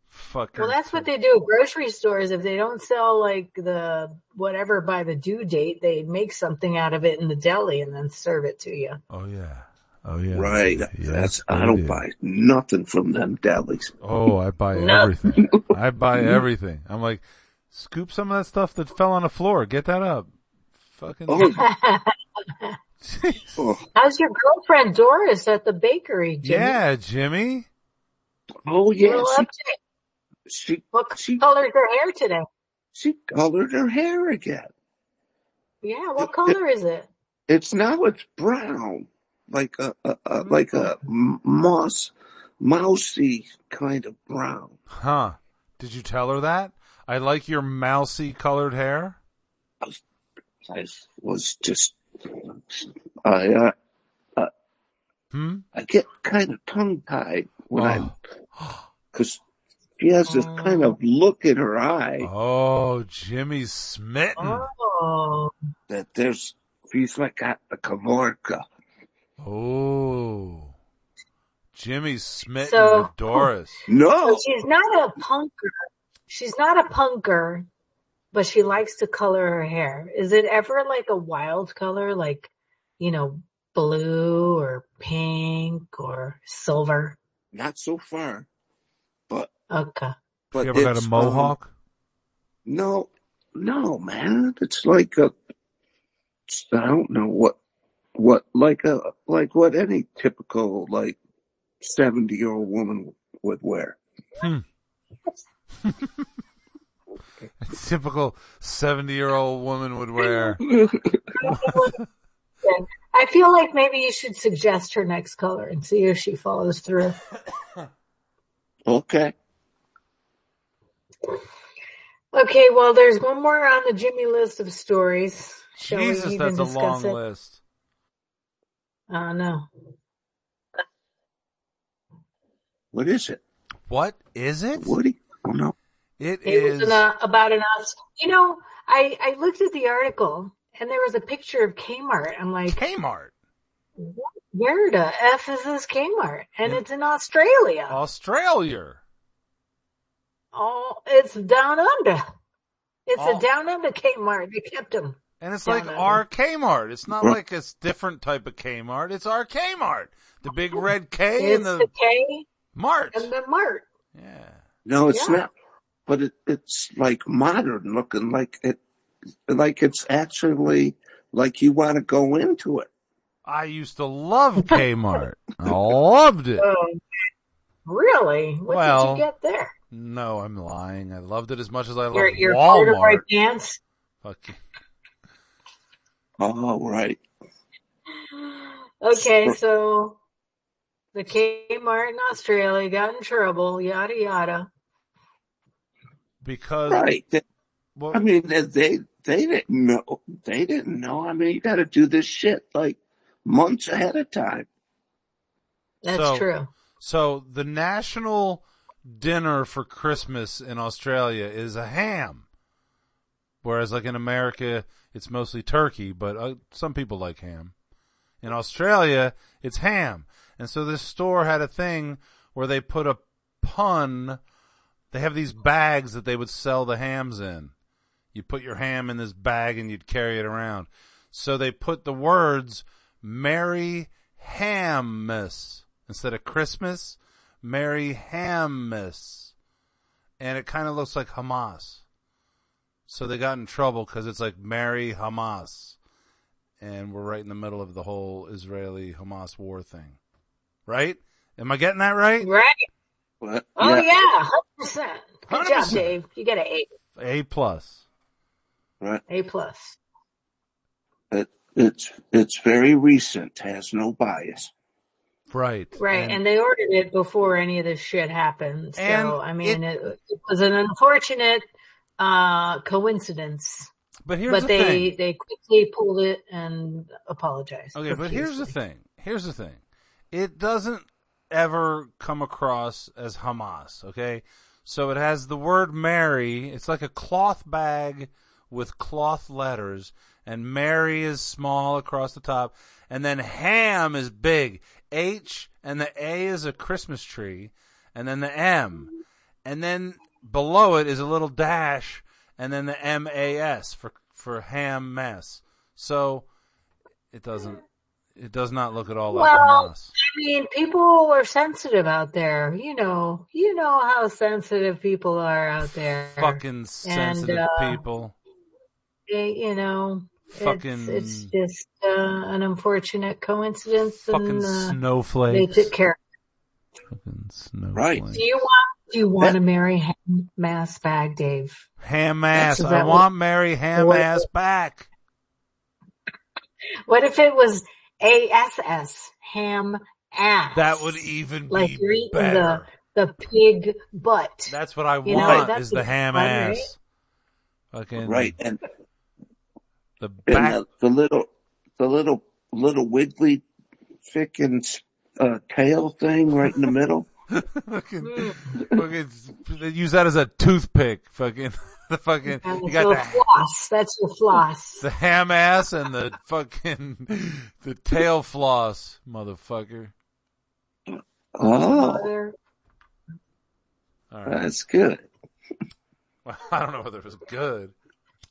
S2: fucking.
S1: well, that's what they do at grocery stores. If they don't sell like the whatever by the due date, they make something out of it in the deli and then serve it to you.
S2: Oh yeah. Oh yeah.
S3: Right.
S2: Yes,
S3: That's
S2: they
S3: I don't
S2: do.
S3: buy nothing from them delis.
S2: Oh, I buy
S1: No.
S2: everything. I buy everything. I'm like, scoop some of that stuff that fell on the floor. Get that up. Fucking.
S3: Oh, oh,
S1: How's your girlfriend Doris at the bakery, Jimmy?
S2: yeah, Jimmy.
S3: oh yeah.
S1: Little
S3: She,
S1: update.
S3: she
S1: What
S3: She-
S1: color is her hair today?
S3: she colored her hair again.
S1: Yeah, what color is it?
S3: It's now it's brown, like a, a, a like a m- moss, mousy kind of brown.
S2: Huh. Did you tell her that? I like your mousy colored hair.
S3: I was just I uh,
S2: Hmm?
S3: I get kind of tongue tied when I
S2: Oh.
S3: because she has this kind of look in her eye.
S2: Oh, Jimmy's
S3: Hmm.
S2: smitten.
S1: Oh,
S3: that there's he's like at the Kavorka.
S2: Oh. Jimmy's smitten
S1: So-
S2: with Doris.
S1: so
S3: No,
S1: she's not a punker. She's not a punker, but she likes to color her hair. Is it ever like a wild color, like you know, blue or pink or silver?
S3: not so far. But
S1: Okay,
S3: but
S2: you ever got
S3: it's,
S2: a mohawk?
S3: um, no, no, man. It's like a. it's- I don't know what what like a like what any typical like seventy year old woman would wear.
S2: A typical 70 year old woman would wear.
S1: I feel like maybe you should suggest her next color and see if she follows through.
S3: Okay.
S1: Okay, well, there's one more on the Jimmy list of stories. Shall we
S2: Jesus,
S1: even
S2: that's a
S1: discuss
S2: long
S1: it?
S2: list.
S1: Oh no.
S3: What is it?
S2: What is it?
S3: Woody? Oh no.
S2: It
S1: It
S2: is.
S1: was an, uh, about an Aus- You know, I, I looked at the article and there was a picture of Kmart. I'm like,
S2: Kmart,
S1: where the F is this Kmart? And it's in Australia.
S2: Australia.
S1: Oh, it's down under. It's
S2: Oh.
S1: a down under Kmart. They kept them.
S2: And it's
S1: Down
S2: like
S1: under.
S2: our Kmart. It's not
S3: Right.
S2: like it's different type of Kmart. It's our Kmart. The big red K
S1: Oh, It's
S2: and
S1: the
S2: the
S1: K
S2: Mart.
S1: and the Mart.
S2: Yeah.
S3: No, it's
S1: Yeah.
S3: not. But it, it's like modern looking, like it, like it's actually like you want to go into it.
S2: I used to love Kmart. I loved it.
S1: Oh, really? What
S2: Well,
S1: did you get there?
S2: No, I'm lying. I loved it as much as I love
S1: Your your corduroy
S2: Walmart.
S1: pants.
S2: Fuck you.
S3: All Oh, right.
S1: Okay, so the Kmart in Australia got in trouble, yada yada.
S2: because
S3: Right. They-
S2: well,
S3: I mean, they they they didn't know. They didn't know. I mean, you got to do this shit like months ahead of time.
S1: That's
S2: So-
S1: true.
S2: so the national dinner for Christmas in Australia is a ham, whereas like in America it's mostly turkey, but uh, some people like ham. In Australia, it's ham, and so this store had a thing where they put a pun. They have these bags that they would sell the hams in. You put your ham in this bag and you'd carry it around. So they put the words Merry Hammas instead of Christmas, Merry Hammas. And it kind of looks like Hamas. So they got in trouble because it's like Merry Hamas. And we're right in the middle of the whole Israeli Hamas war thing. Right? Am I getting that right?
S1: Right?
S3: But,
S1: Oh yeah, hundred percent. Good job,
S2: 100%.
S1: Dave. You got an A,
S2: A plus.
S3: Right.
S1: A plus.
S3: It, it's it's very recent. Has no bias.
S2: Right.
S1: Right, and, they ordered it before any of this shit happened. So
S2: And
S1: I mean, it, it was an unfortunate uh coincidence,
S2: but here's
S1: but
S2: the
S1: they
S2: thing.
S1: they quickly pulled it and apologized.
S2: Okay, but here's the
S1: profusely.
S2: thing. Here's the thing. It doesn't ever come across as Hamas, okay? So it has the word Mary. It's like a cloth bag with cloth letters, and Mary is small across the top, and then ham is big. H and the A is a Christmas tree, and then the M. And then below it is a little dash, and then the M A S for for ham mess. So it doesn't. It does not look at all like
S1: Well,
S2: Hamas.
S1: I mean, people are sensitive out there. You know, you know how sensitive people are out there.
S2: Fucking sensitive
S1: uh,
S2: people.
S1: They- Eh, you know,
S2: Fucking-
S1: it's, it's just uh, an unfortunate coincidence,
S2: Fucking
S1: and uh, they
S2: snowflakes.
S1: took care.
S2: Fucking snowflakes.
S3: Right.
S1: Do you want? Do you want to marry him, mass bag, Dave?
S2: Ham ass.
S1: That's
S2: I
S1: about-
S2: want Mary ham
S1: What-
S2: ass back.
S1: What if it was ASS ham ass?
S2: That would even
S1: like you're
S2: be
S1: eating
S2: better.
S1: the the pig butt.
S2: That's what I
S1: You know,
S2: want
S1: that'd
S2: is
S1: be
S2: the ham
S1: fun,
S2: ass. Fucking
S3: Right. And
S2: The
S3: and
S2: back.
S3: the, the little the little little wiggly fucking uh, tail thing right in the middle.
S2: fucking, fucking, they use that as a toothpick. Fucking the fucking
S1: And
S2: you
S1: it's your
S2: got the
S1: floss. That's your floss.
S2: the ham ass and the fucking the tail floss, motherfucker.
S3: Oh,
S1: Mother.
S2: All right.
S3: that's good.
S2: Well, I don't know whether it was good.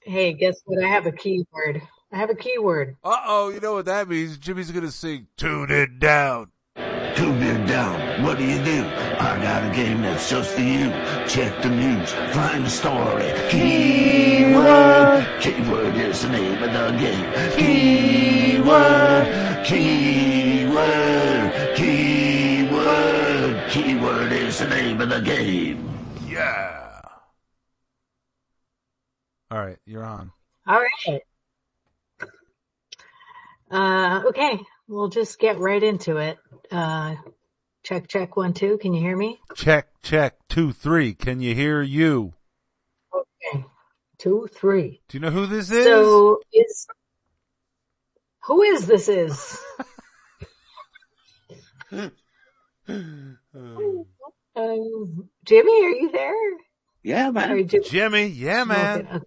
S1: Hey, guess what? I have a keyword. I have a keyword.
S2: Uh oh, you know what that means? Jimmy's gonna sing "Tune It Down."
S6: Tune it down. What do you do? I got a game that's just for you. Check the news. Find the story. Keyword. Keyword is the name of the game. Keyword. Keyword. Keyword. Keyword is the name of the game.
S2: Yeah. All right, you're on.
S1: All right. Uh, okay. We'll just get right into it. Uh, check, check, one, two. Can you hear me?
S2: Check, check, two, three. Can you hear you?
S1: Okay. Two, three.
S2: Do you know who this is?
S1: So it's, who is this is? um, Jimmy, are you there?
S3: Yeah, man.
S1: Or Jim-
S2: Jimmy, yeah, man.
S1: Okay, okay.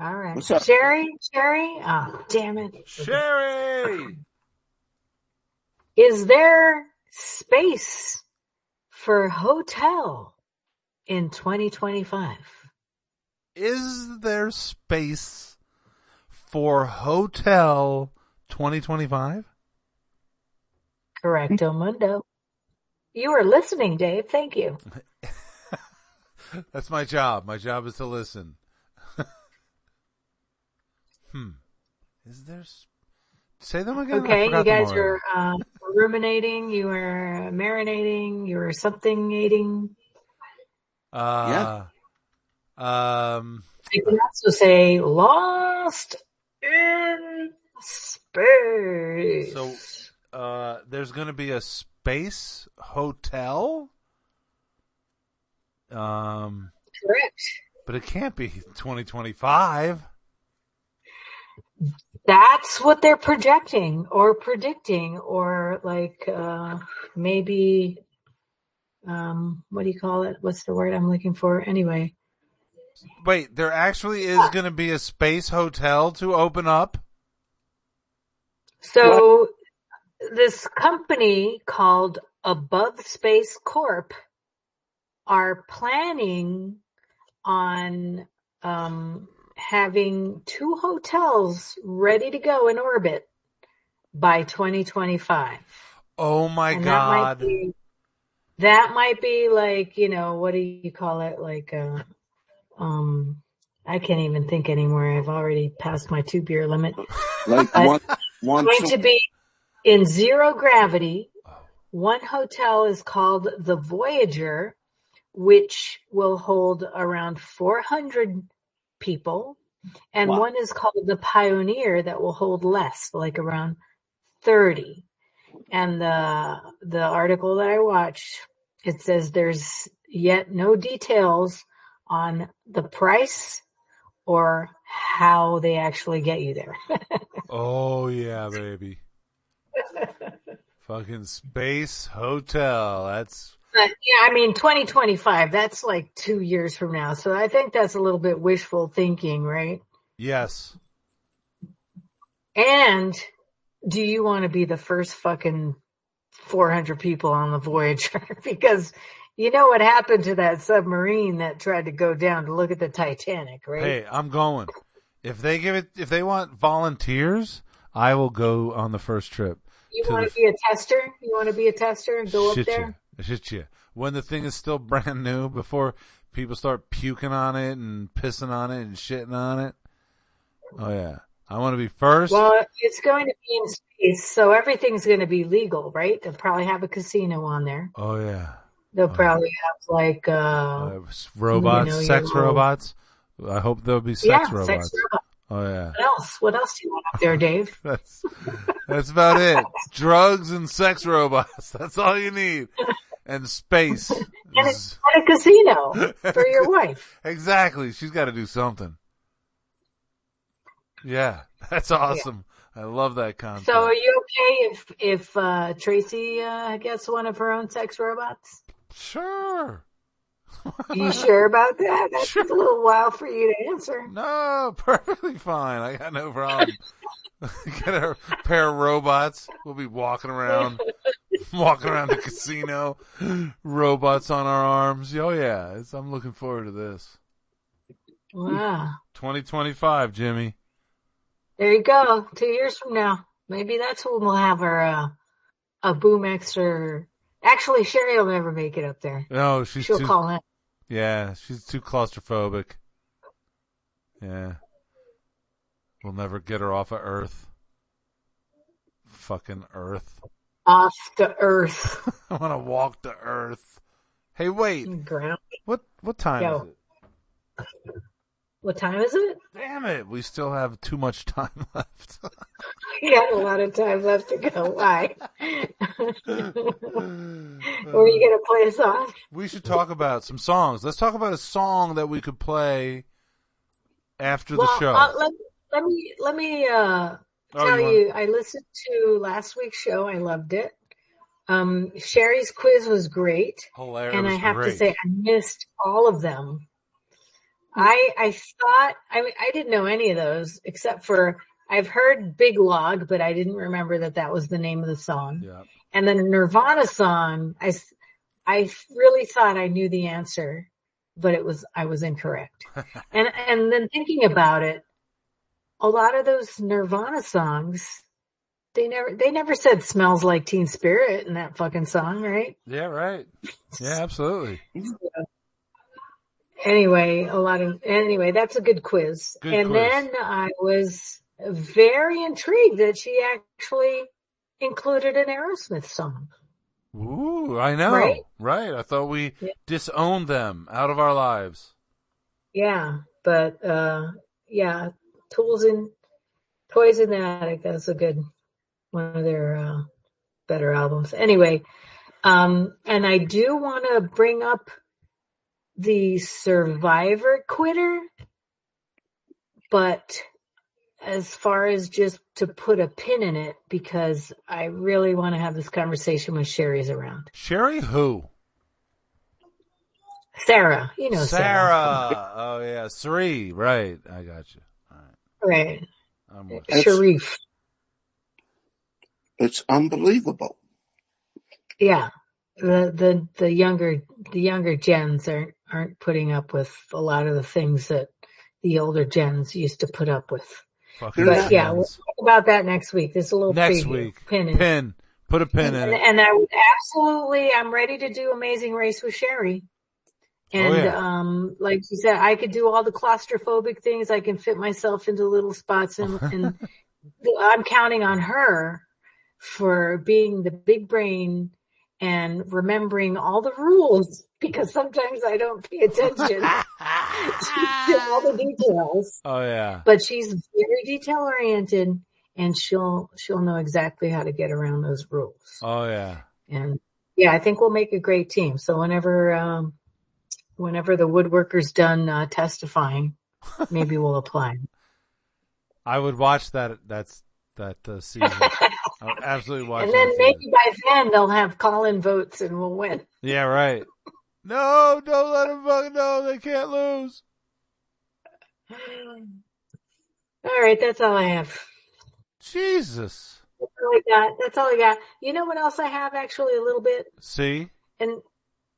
S1: All right.
S3: What's up?
S1: Sherry, Sherry, oh, damn it.
S2: Sherry.
S1: Is there space for hotel in 2025?
S2: Is there space for Hotel 2025?
S1: Correcto
S2: Mm-hmm.
S1: mundo. You are listening, Dave. Thank you.
S2: That's my job. My job is to listen. hmm. Is there? s- Say them again. I
S1: Okay, you
S2: forgot them
S1: guys
S2: already.
S1: are uh, ruminating, you are marinating, you are something eating.
S2: Uh, Um.
S1: You can also say lost in space.
S2: So, uh, there's going to be a space hotel. Um,
S1: correct.
S2: but it can't be 2025.
S1: That's what they're projecting or predicting or like uh maybe um what do you call it? What's the word I'm looking for anyway?
S2: Wait, there actually is going to be a space hotel to open up.
S1: So this company called Above Space Corp are planning on um, having two hotels ready to go in orbit by 2025.
S2: Oh my
S1: And
S2: god.
S1: That might, be, that might be like, you know, what do you call it? Like, uh, um, I can't even think anymore. I've already passed my two beer limit
S3: Like
S1: I-
S3: one, once
S1: going to
S3: a,
S1: be in zero gravity. One hotel is called the Voyager, which will hold around 400 people. And
S3: Wow.
S1: one is called the Pioneer that will hold less, like around 30. And the, the article that I watched, it says there's yet no details on the price or how they actually get you there.
S2: Oh yeah, baby. Fucking space hotel. That's
S1: But yeah, I mean, 2025, that's like two years from now. So I think that's a little bit wishful thinking, right?
S2: yes.
S1: And do you want to be the first fucking 400 people on the Voyager? because you know what happened to that submarine that tried to go down to look at the Titanic, right?
S2: Hey, I'm going. If they give it, if they want volunteers, I will go on the first trip.
S1: you
S2: to
S1: want
S2: the-
S1: to be a tester? You want to be a tester and go up
S2: Shit
S1: there?
S2: ya. Shit ya. When the thing is still brand new, before people start puking on it and pissing on it and shitting on it. Oh yeah, I want to be first.
S1: Well, it's going to be in space, so everything's going to be legal, right? They'll probably have a casino on there.
S2: oh yeah,
S1: They'll probably have like, uh,
S2: uh, robots,
S1: You know,
S2: sex
S1: you're-
S2: robots. I hope there'll be sex robots.
S1: sex robot.
S2: Oh yeah,
S1: What else? What else do you want up there, Dave?
S2: that's that's about it. Drugs and sex robots. That's all you need, and space.
S1: And it's at a casino for your wife.
S2: Exactly. She's got to do something. Yeah, that's awesome. I love that concept.
S1: So are you okay if if uh, Tracy uh, gets one of her own sex robots?
S2: sure.
S1: You sure about that? That's
S2: Sure.
S1: a little while for you to answer.
S2: No, perfectly fine. I got no problem. Get a pair of robots. We'll be walking around, walking around the casino. Robots on our arms. Oh yeah, it's, I'm looking forward to this. Mm.
S1: Wow.
S2: 2025, Jimmy.
S1: There you go. Two years from now, maybe that's when we'll have our uh, a boom X or actually Sherry will never make it up there.
S2: No, Oh, she's
S1: She'll
S2: too.
S1: call in.
S2: Yeah, she's too claustrophobic. Yeah. We'll never get her off of Earth. Fucking Earth.
S1: off the earth.
S2: I want to walk to Earth. Hey, wait.
S1: Ground.
S2: What what
S1: Mm.
S2: time
S1: Yo.
S2: is it?
S1: What time is it?
S2: Damn it. We still have too much time left.
S1: He had a lot of time left to go. Why? Were you gonna play a song?
S2: we should talk about some songs. Let's talk about a song that we could play after the show.
S1: uh, let, let me let me uh,
S2: Oh,
S1: tell
S2: you want-
S1: you. I listened to last week's show. I loved it. Um, Sherry's quiz was great,
S2: Hilarious.
S1: and I have to
S2: great.
S1: say I missed all of them. I I thought I mean, I didn't know any of those except for I've heard Big Log, but I didn't remember that that was the name of the song.
S2: Yeah.
S1: And then the Nirvana song, I, s- I really thought I knew the answer, but it was, I was incorrect. and, and then thinking about it, a lot of those Nirvana songs, they never, they never said smells like teen spirit in that fucking song, right?
S2: Yeah, right. Yeah, absolutely.
S1: Anyway, a lot of, anyway, that's a good quiz.
S2: Good
S1: and
S2: quiz.
S1: then I was very intrigued that she actually included an Aerosmith song.
S2: Ooh, I know. Right?
S1: Right?
S2: I thought we
S1: Yeah.
S2: disowned them out of our lives.
S1: Yeah, but uh yeah, tools in Toys in the Attic. That's a good one of their uh, better albums. Anyway, um, and I do want to bring up the Survivor Quitter, but as far as just to put a pin in it, because I really want to have this conversation when Sherry's around.
S2: Sherry who?
S1: Sarah, you know Sarah,
S2: Sarah. Oh yeah, Sri. Right. I got you. All right.
S1: right?
S2: I'm with
S3: That's-
S1: Sharif.
S3: It's unbelievable.
S1: yeah the the the younger the younger gens aren't aren't putting up with a lot of the things that the older gens used to put up with
S2: fucking
S3: But,
S2: hands.
S1: yeah, we'll- about that next week there's a little
S2: Next
S1: preview,
S2: week.
S1: pin, in.
S2: Pin. Put a pin in
S1: and,
S2: it.
S1: and i would absolutely i'm ready to do amazing race with sherry and
S2: yeah.
S1: um like you said i could do all the claustrophobic things i can fit myself into little spots and, and i'm counting on her for being the big brain and remembering all the rules because sometimes I don't pay attention to all the details.
S2: Oh yeah.
S1: But she's very detail oriented and she'll she'll know exactly how to get around those rules.
S2: Oh yeah.
S1: And yeah, I think we'll make a great team. So whenever um whenever the woodworker's done uh, testifying, maybe we'll apply.
S2: I would watch that. That's that uh, season. I would absolutely watch
S1: and
S2: that
S1: then
S2: season.
S1: maybe by then they'll have call-in votes and we'll win.
S2: Yeah. Right. No, don't let them fucking know they can't lose.
S1: All right, that's all I have.
S2: Jesus.
S1: That's all I got. That's all I got. You know what else I have actually a little bit?
S2: See,
S1: And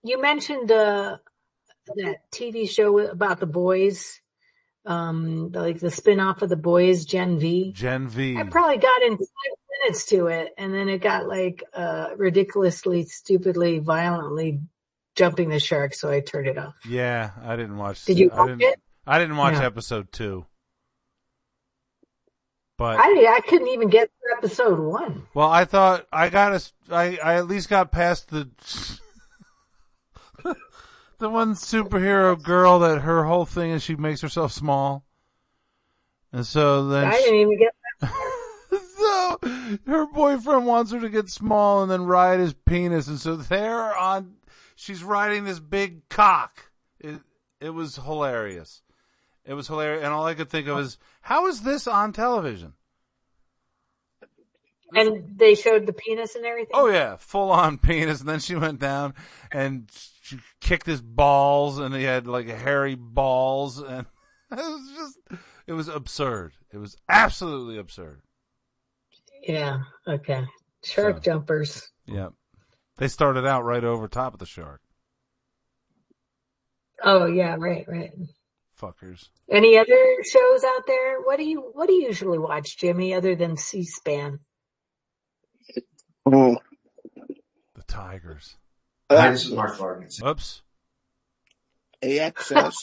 S1: you mentioned uh that TV show about the boys, um, like the spin-off of the boys, Gen V.
S2: Gen V.
S1: I probably got in five minutes to it, and then it got like uh ridiculously, stupidly, violently jumping the shark, so I turned it off.
S2: yeah, I didn't watch.
S1: Did you
S2: I
S1: watch
S2: didn't,
S1: it?
S2: I didn't watch
S1: No.
S2: episode two. But
S1: I I couldn't even get through episode one.
S2: Well, I thought I got us. I I at least got past the the one superhero girl that her whole thing is she makes herself small, and so then
S1: I
S2: she-
S1: didn't even get
S2: so her boyfriend wants her to get small and then ride his penis, and so they're on. She's riding this big cock. It it was hilarious. It was hilarious, and all I could think of is how is this on television?
S1: And they showed the penis and everything.
S2: Oh yeah, full on penis. And then she went down and she kicked his balls, and he had like hairy balls, and it was just, it was absurd. It was absolutely absurd.
S1: yeah. Okay. Shark
S2: So-
S1: jumpers.
S2: Yeah, they started out right over top of the shark,
S1: Oh yeah, right, right.
S2: fuckers.
S1: Any other shows out there? What do you What do you usually watch, Jimmy, other than C-SPAN?
S3: Oh,
S2: The tigers.
S7: Hi,
S3: uh,
S7: this is Mark Vargas.
S2: Oops.
S3: AXS.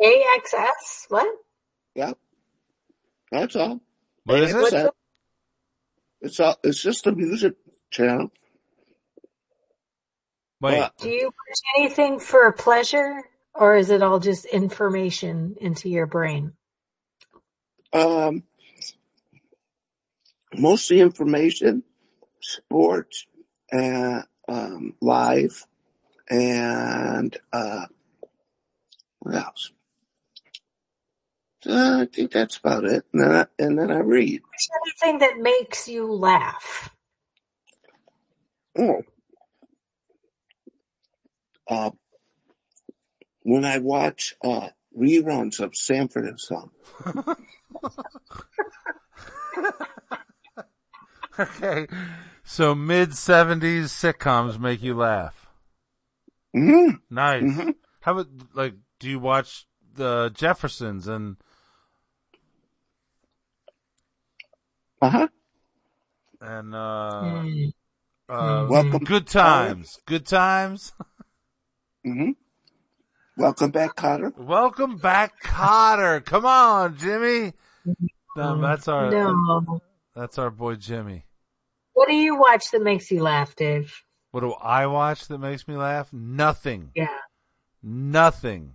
S1: AXS? What?
S3: yeah, that's all.
S2: What is
S3: AXS.
S2: it?
S3: It's all. It's just a music channel.
S2: Wait.
S1: Do you watch anything for pleasure, or is it all just information into your brain?
S3: Um, mostly information, sports, and um, live, and uh, what else? Uh, I think that's about it. And then I, and then I read.
S1: Watch anything that makes you laugh.
S3: Oh. Uh, when I watch uh, reruns of Sanford and Son,
S2: Okay. So mid seventies sitcoms make you laugh. Mm-hmm.
S3: mm,
S2: Nice.
S3: Mhm.
S2: How about like? Do you watch the Jeffersons and?
S3: uh huh,
S2: and uh,
S1: Mm.
S2: uh,
S3: Welcome-
S2: good times, good times.
S3: mm-hmm. welcome back, Cotter.
S2: Welcome back, Cotter. Come on, Jimmy. No, that's our um,
S1: No.
S2: that's our boy Jimmy.
S1: What do you watch that makes you laugh, Dave?
S2: What do I watch that makes me laugh? Nothing.
S1: Yeah.
S2: Nothing.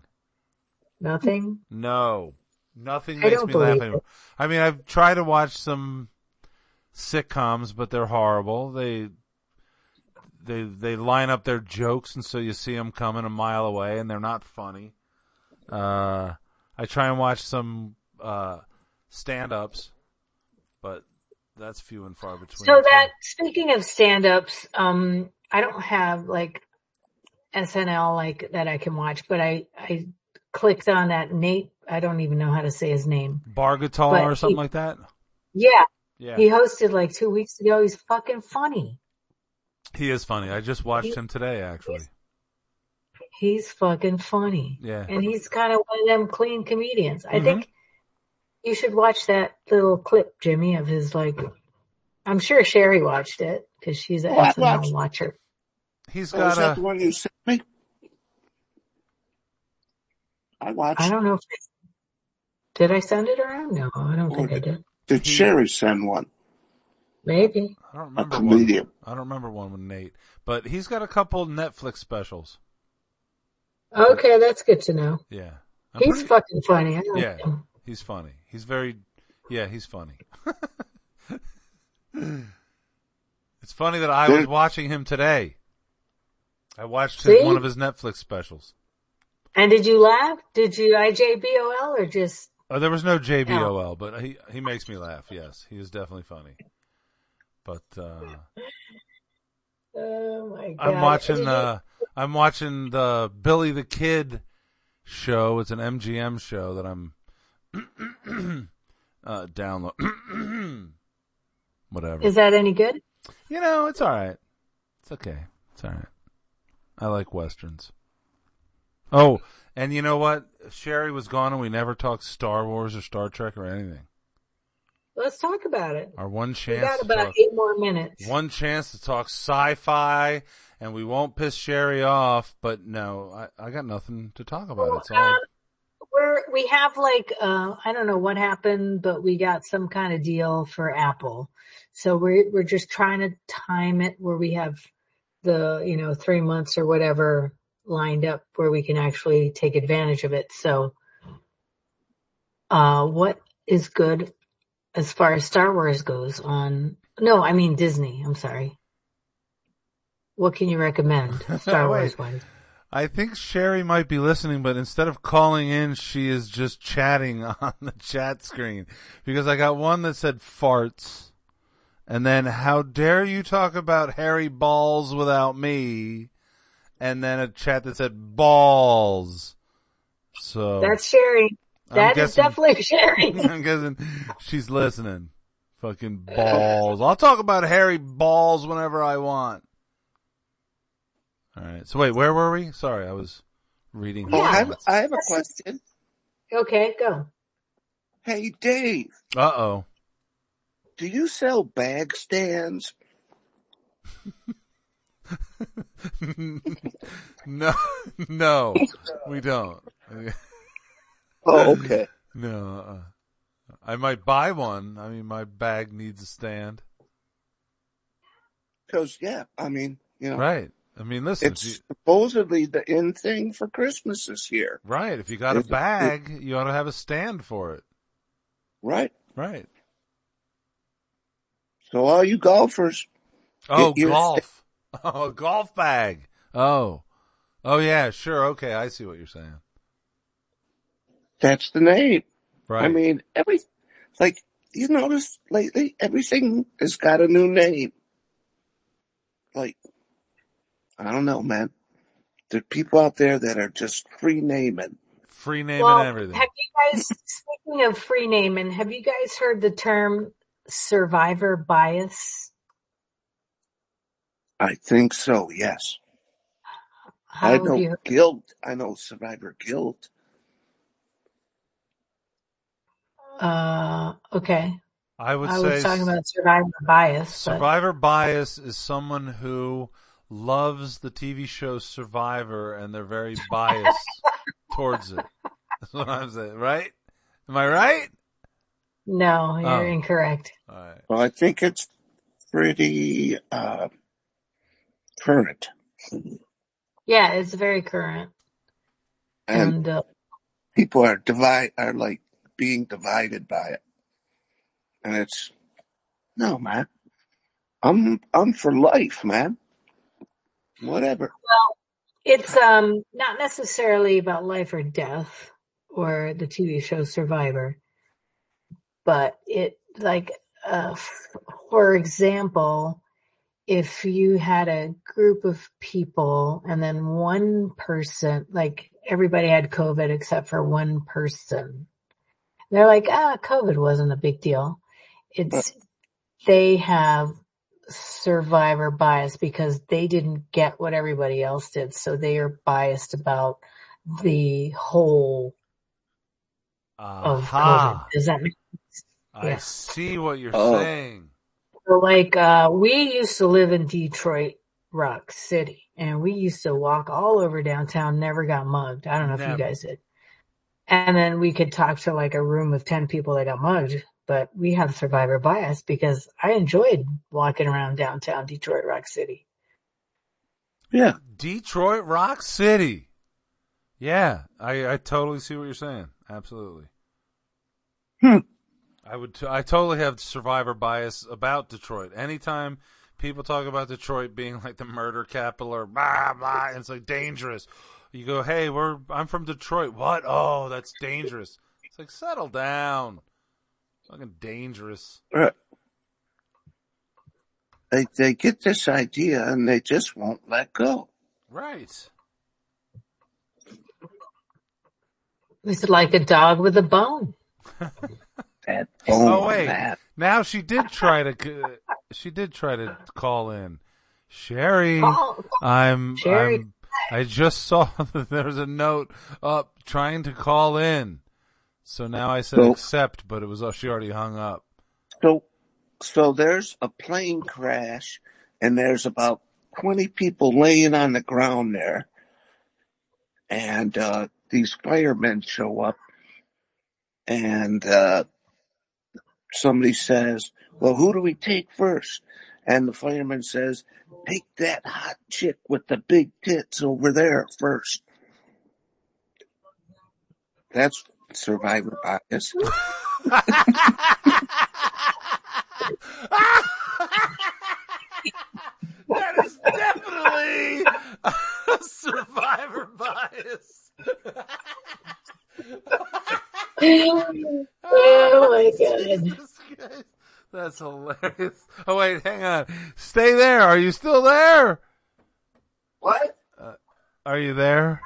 S1: Nothing.
S2: No. Nothing
S1: I
S2: makes
S1: don't
S2: me laugh
S1: believe
S2: anymore.
S1: it.
S2: I mean, I've tried to watch some sitcoms, but they're horrible. They they they line up their jokes, and so you see them coming a mile away, and they're not funny. Uh, I try and watch some uh, stand-ups, but that's few and far between.
S1: So that speaking of stand-ups, um, I don't have like SNL like that I can watch, but I I clicked on that Nate. I don't even know how to say his name.
S2: bar guitar
S1: but
S2: or something
S1: he-
S2: like that.
S1: Yeah,
S2: Yeah,
S1: he
S2: he,
S1: hosted like two weeks ago. He's fucking funny.
S2: is funny. I just watched
S1: he-
S2: him today, actually.
S1: He's fucking funny.
S2: Yeah.
S1: and he's kind of one of them clean comedians. I
S2: Mhm.
S1: think you should watch that little clip, Jimmy, of his like. I'm sure Sherry watched it because she's an
S3: Oh, I
S1: SNL
S3: watched-
S1: watcher.
S2: He's
S3: Oh, is
S2: got
S3: that
S2: a
S3: the one you sent me? I
S1: I
S3: watched.
S1: don't know if did I send it around? No, I don't
S3: Or
S1: think I
S3: did-
S1: did.
S3: Did
S2: He-
S3: Sherry send one?
S1: Maybe.
S2: I don't
S3: A
S2: remember one.
S3: comedian.
S2: I don't remember one with Nate, but he's got a couple Netflix specials.
S1: Okay, that's good to know.
S2: Yeah, I'm
S1: He's
S2: pretty-
S1: fucking funny. I like
S2: yeah,
S1: him.
S2: he's funny. He's very, yeah, he's funny. it's funny that I was
S3: Dude.
S2: watching him today. I watched
S1: See?
S2: his, one of his Netflix specials.
S1: And did you laugh? Did you IJBOL or just
S2: Oh, there was no JBOL, but he he makes me laugh. Yes, he is definitely funny. But uh,
S1: oh my god.
S2: I'm watching
S1: Did
S2: uh I'm watching the Billy the Kid show. It's an MGM show that I'm uh download
S1: you-
S2: whatever.
S1: Is that any good?
S2: You know, it's all right. It's okay. It's all right. I like westerns. Oh, and you know what? Sherry was gone and we never talked Star Wars or Star Trek or anything.
S1: Let's talk about it.
S2: Our one
S1: We
S2: chance
S1: got
S2: to
S1: about
S2: talk-
S1: eight more minutes.
S2: one chance to talk sci-fi and we won't piss Sherry off, but no, I, I got nothing to talk about.
S1: Well,
S2: it's all
S1: um, We're we have like uh I don't know what happened, but we got some kind of deal for Apple. So we're we're just trying to time it where we have the, you know, three months or whatever lined up where we can actually take advantage of it. So uh what is good as far as Star Wars goes on no, I mean Disney, I'm sorry. What can you recommend? Star
S2: Wait.
S1: Wars wise.
S2: I think Sherry might be listening, but instead of calling in, she is just chatting on the chat screen because I got one that said farts. And then how dare you talk about Harry balls without me? And then a chat that said balls. So
S1: That's Sherry.
S2: I'm
S1: That is
S2: guessing-
S1: definitely Sherry.
S2: I'm guessing she's listening. Fucking balls. I'll talk about Harry balls whenever I want. All right. So wait, where were we? Sorry, I was reading. her
S3: Oh, I have,
S2: comments.
S3: I have a question.
S1: Okay, go.
S3: Hey, Dave,
S2: Uh-oh.
S3: do you sell bag stands?
S2: no, no, we don't.
S3: Oh, okay.
S2: No, uh, I might buy one. I mean, my bag needs a stand.
S3: Because, yeah, I mean, you know,
S2: Right. I mean, listen, if you,
S3: it's supposedly the in thing for Christmas this year,
S2: right. If you got a
S3: It's- it-
S2: bag, you ought to have a stand for it.
S3: right?
S2: Right.
S3: So all you golfers,
S2: Oh,
S3: you're-
S2: golf. Oh, a golf bag. Oh. Oh yeah, sure. Okay. I see what you're saying.
S3: that's the name.
S2: Right.
S3: I mean, every, like, you notice lately, everything has got a new name. Like, I don't know, man. There are people out there that are just free naming.
S2: Free name
S1: well,
S2: and everything.
S1: have you guys, speaking of free naming, have you guys heard the term survivor bias?
S3: I think so, yes.
S1: How
S3: I
S1: have
S3: know
S1: you-
S3: guilt. I know survivor guilt.
S1: uh, okay.
S2: I would
S1: I
S2: say
S1: was talking about survivor bias, but
S2: survivor bias is someone who loves the TV show Survivor and they're very biased towards it. That's what I'm saying. Right? Am I right?
S1: no, you're
S2: Oh.
S1: incorrect.
S2: All right.
S3: Well, I think it's pretty uh, current.
S1: Yeah, it's very current.
S3: And
S1: And, uh,
S3: people are divide are like being divided by it. And it's no man. I'm I'm for life, man. Whatever.
S1: It's um not necessarily about life or death or the TV show Survivor, but it like uh, for example, if you had a group of people and then one person, like everybody had COVID except for one person, they're like, ah, COVID wasn't a big deal. It's they have survivor bias because they didn't get what everybody else did. So they are biased about the whole of
S2: Aha.
S1: COVID. Does that make
S2: I
S1: Yeah.
S2: see what you're
S3: Oh.
S2: saying.
S1: so like uh we used to live in Detroit Rock City and we used to walk all over downtown, never got mugged. I don't know if
S2: Never.
S1: you guys did. And then we could talk to like a room of 10 people that got mugged, but we have survivor bias because I enjoyed walking around downtown Detroit Rock City.
S3: Yeah.
S2: Detroit Rock City. Yeah, I, I totally see what you're saying. Absolutely.
S3: Hmm.
S2: I would. T- I totally have survivor bias about Detroit. Anytime people talk about Detroit being like the murder capital or blah blah, it's like dangerous. You go, hey, we're I'm from Detroit. What? Oh, that's dangerous. It's like settle down. Fucking dangerous.
S3: Uh, They they get this idea and they just won't let go.
S2: Right.
S1: It's like a dog with a bone.
S3: That
S2: Oh
S3: bone
S2: wait.
S3: that.
S2: Now she did try to. c- She did try to call in, Sherry.
S1: Oh,
S2: I'm,
S1: Sherry.
S2: I'm I just saw that there's a note up trying to call in. So now I said
S3: Oh.
S2: accept, but it was oh, she already hung up.
S3: So so there's a plane crash and there's about twenty people laying on the ground there and uh these firemen show up and uh somebody says, Well who do we take first? And the fireman says, Take that hot chick with the big tits over there first. That's survivor bias.
S2: That is definitely a survivor bias.
S1: oh my god.
S2: Jesus Christ. That's hilarious. Oh wait, hang on. Stay there. Are you still there? Uh,
S3: What?
S2: Are you there?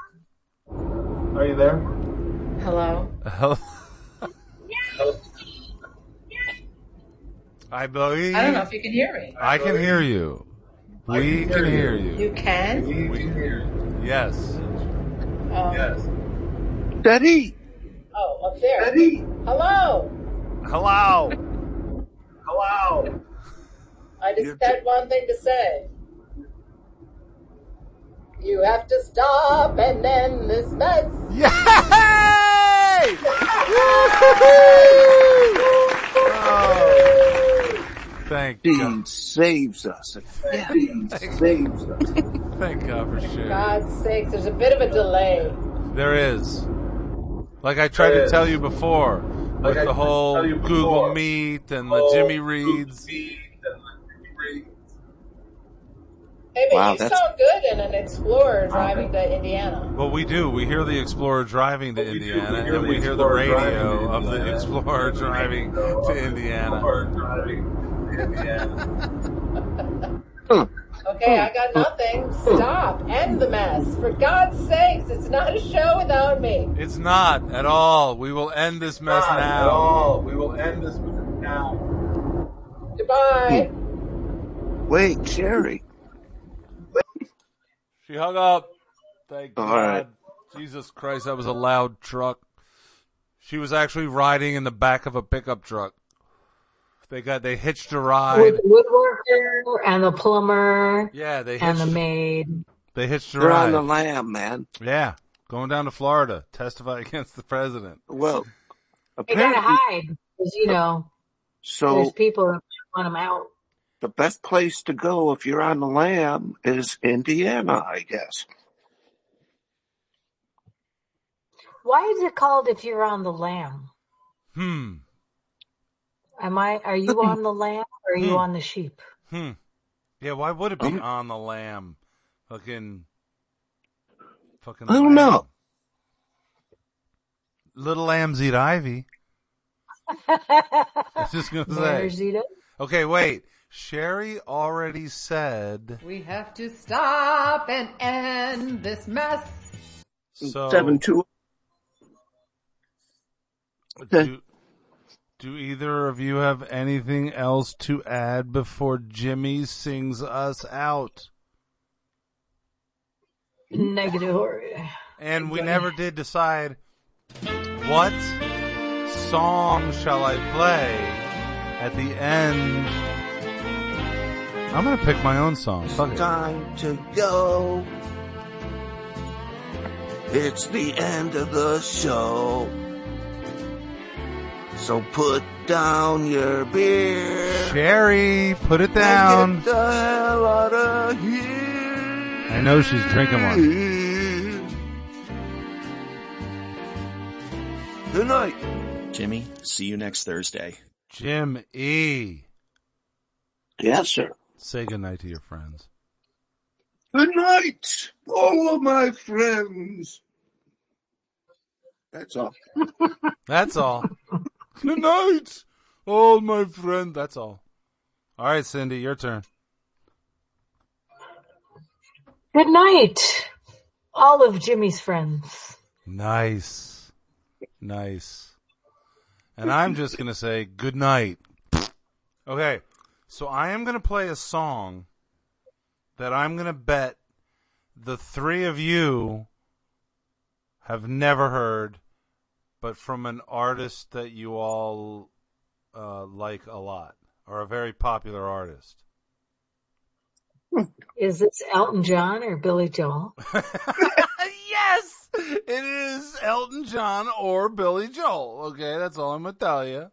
S2: Are you there?
S4: Hello.
S2: I believe
S7: I don't know if you can hear me.
S2: I can hear you. We can hear
S7: You
S2: you.
S7: can?
S2: We can hear you. Yes.
S7: Um,
S3: Daddy!
S7: Oh, up there. Hello.
S2: Hello.
S7: I
S3: You're
S7: just had one thing to say. You have to stop and end this mess.
S2: Yay! Oh, Thank
S3: She
S2: God.
S3: saves us. She saves us.
S2: Thank God for sharing.
S7: God's sakes, there's a bit of a delay.
S2: There is. Like I tried to tell you before, with the whole Google Meet and
S8: Oh,
S2: the Uh, Jimmy Reeds.
S7: Hey, but
S3: Wow,
S7: you
S3: that's-
S7: sound good in an Explorer driving to Indiana.
S2: Well, we do. We hear the Explorer driving to Indiana, and Oh, we hear the radio of the Explorer driving to Indiana.
S3: Oh.
S7: Okay, I got nothing. Stop. End the mess. For God's sakes, it's not a show without me.
S2: It's not at all. We will end this mess now.
S8: We will end this now.
S3: Hmm.
S7: Goodbye.
S3: Wait, Sherry.
S2: She hung up. Thank
S3: All
S2: God.
S3: right.
S2: Jesus Christ, that was a loud truck. She was actually riding in the back of a pickup truck. They got they hitched a ride.
S1: With the woodworker and the plumber
S2: Yeah, they
S1: and the
S2: hitched.
S1: maid.
S2: They hitched a
S3: You're on the
S2: ride.
S3: lam, man.
S2: Yeah, going down to Florida, testify against the president.
S3: Well,
S1: They gotta
S3: apparently,
S1: hide because you know there's
S3: so
S1: people that want them out.
S3: the best place to go if you're on the lam is Indiana, I guess.
S1: Why is it called if you're on the lamb?
S2: Hmm.
S1: Am I? Are you on the lamb or are you on the sheep?
S2: Hmm. Yeah, why would it be
S3: Um,
S2: on the lamb? Fucking. Fucking.
S3: I don't know.
S2: Little lambs eat ivy. I was just gonna
S1: There,
S2: say.
S1: Zito.
S2: Okay, wait. Sherry already said
S4: We have to stop and end this mess.
S2: so.
S3: Seven two.
S2: Do, do either of you have anything else to add before Jimmy sings us out?
S1: Negative. or-
S2: And we never did decide what song shall I play at the end. I'm gonna pick my own song. Fuck it.
S6: Time to go. It's the end of the show. So put down your beer.
S2: Sherry, put it
S6: And
S2: down.
S6: get the hell out of here.
S2: I know she's drinking one.
S6: Good night.
S9: Jimmy, see you next Thursday.
S2: Jim E.
S3: Yes, sir.
S2: Say goodnight to your friends.
S3: Good night, all of my friends. That's all.
S2: That's all. Good night, all my friend. That's all. All right, Cindy, your turn.
S1: Good night, all of Jimmy's friends.
S2: Nice, nice. And I'm just gonna say good night. Okay, so I am gonna play a song that I'm gonna bet the three of you have never heard, but from an artist that you all uh, like a lot, or a very popular artist.
S1: Is this Elton John or Billy Joel?
S2: yes, it is Elton John or Billy Joel. Okay, that's all I'm gonna tell you.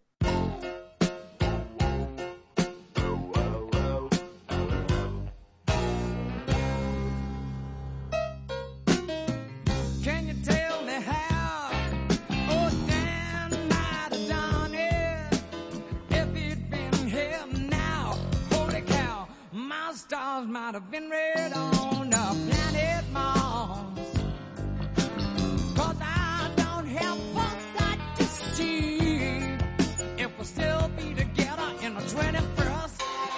S10: Can you tell me how? Oh, Dan might have done it. If he'd been here now, holy cow, my stars might have been red on the planet Mars. 'Cause I don't have one sight to see. If we'll still be together in the 21st,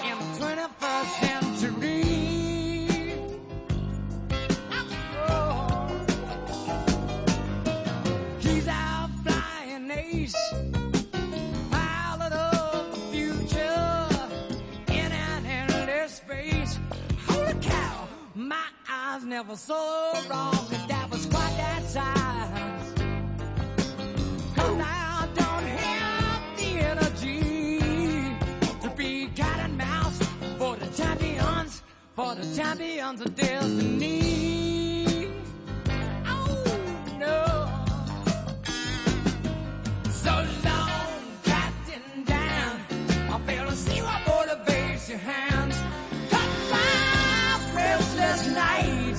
S10: in the 21st century. Oh. He's our flying ace, pilot of the future, in an endless space. Holy cow, my eyes never saw wrong, but that was quite that size. 'Cause I don't have the energy to be cat and mouse for the champions, for the champions of destiny. Oh no. So long, Captain Dan. I fail to see what motivates your hands. Cut my restless night.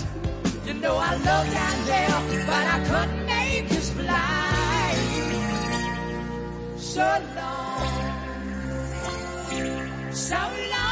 S10: You know I love that there, but I couldn't make his flight. So long, so long.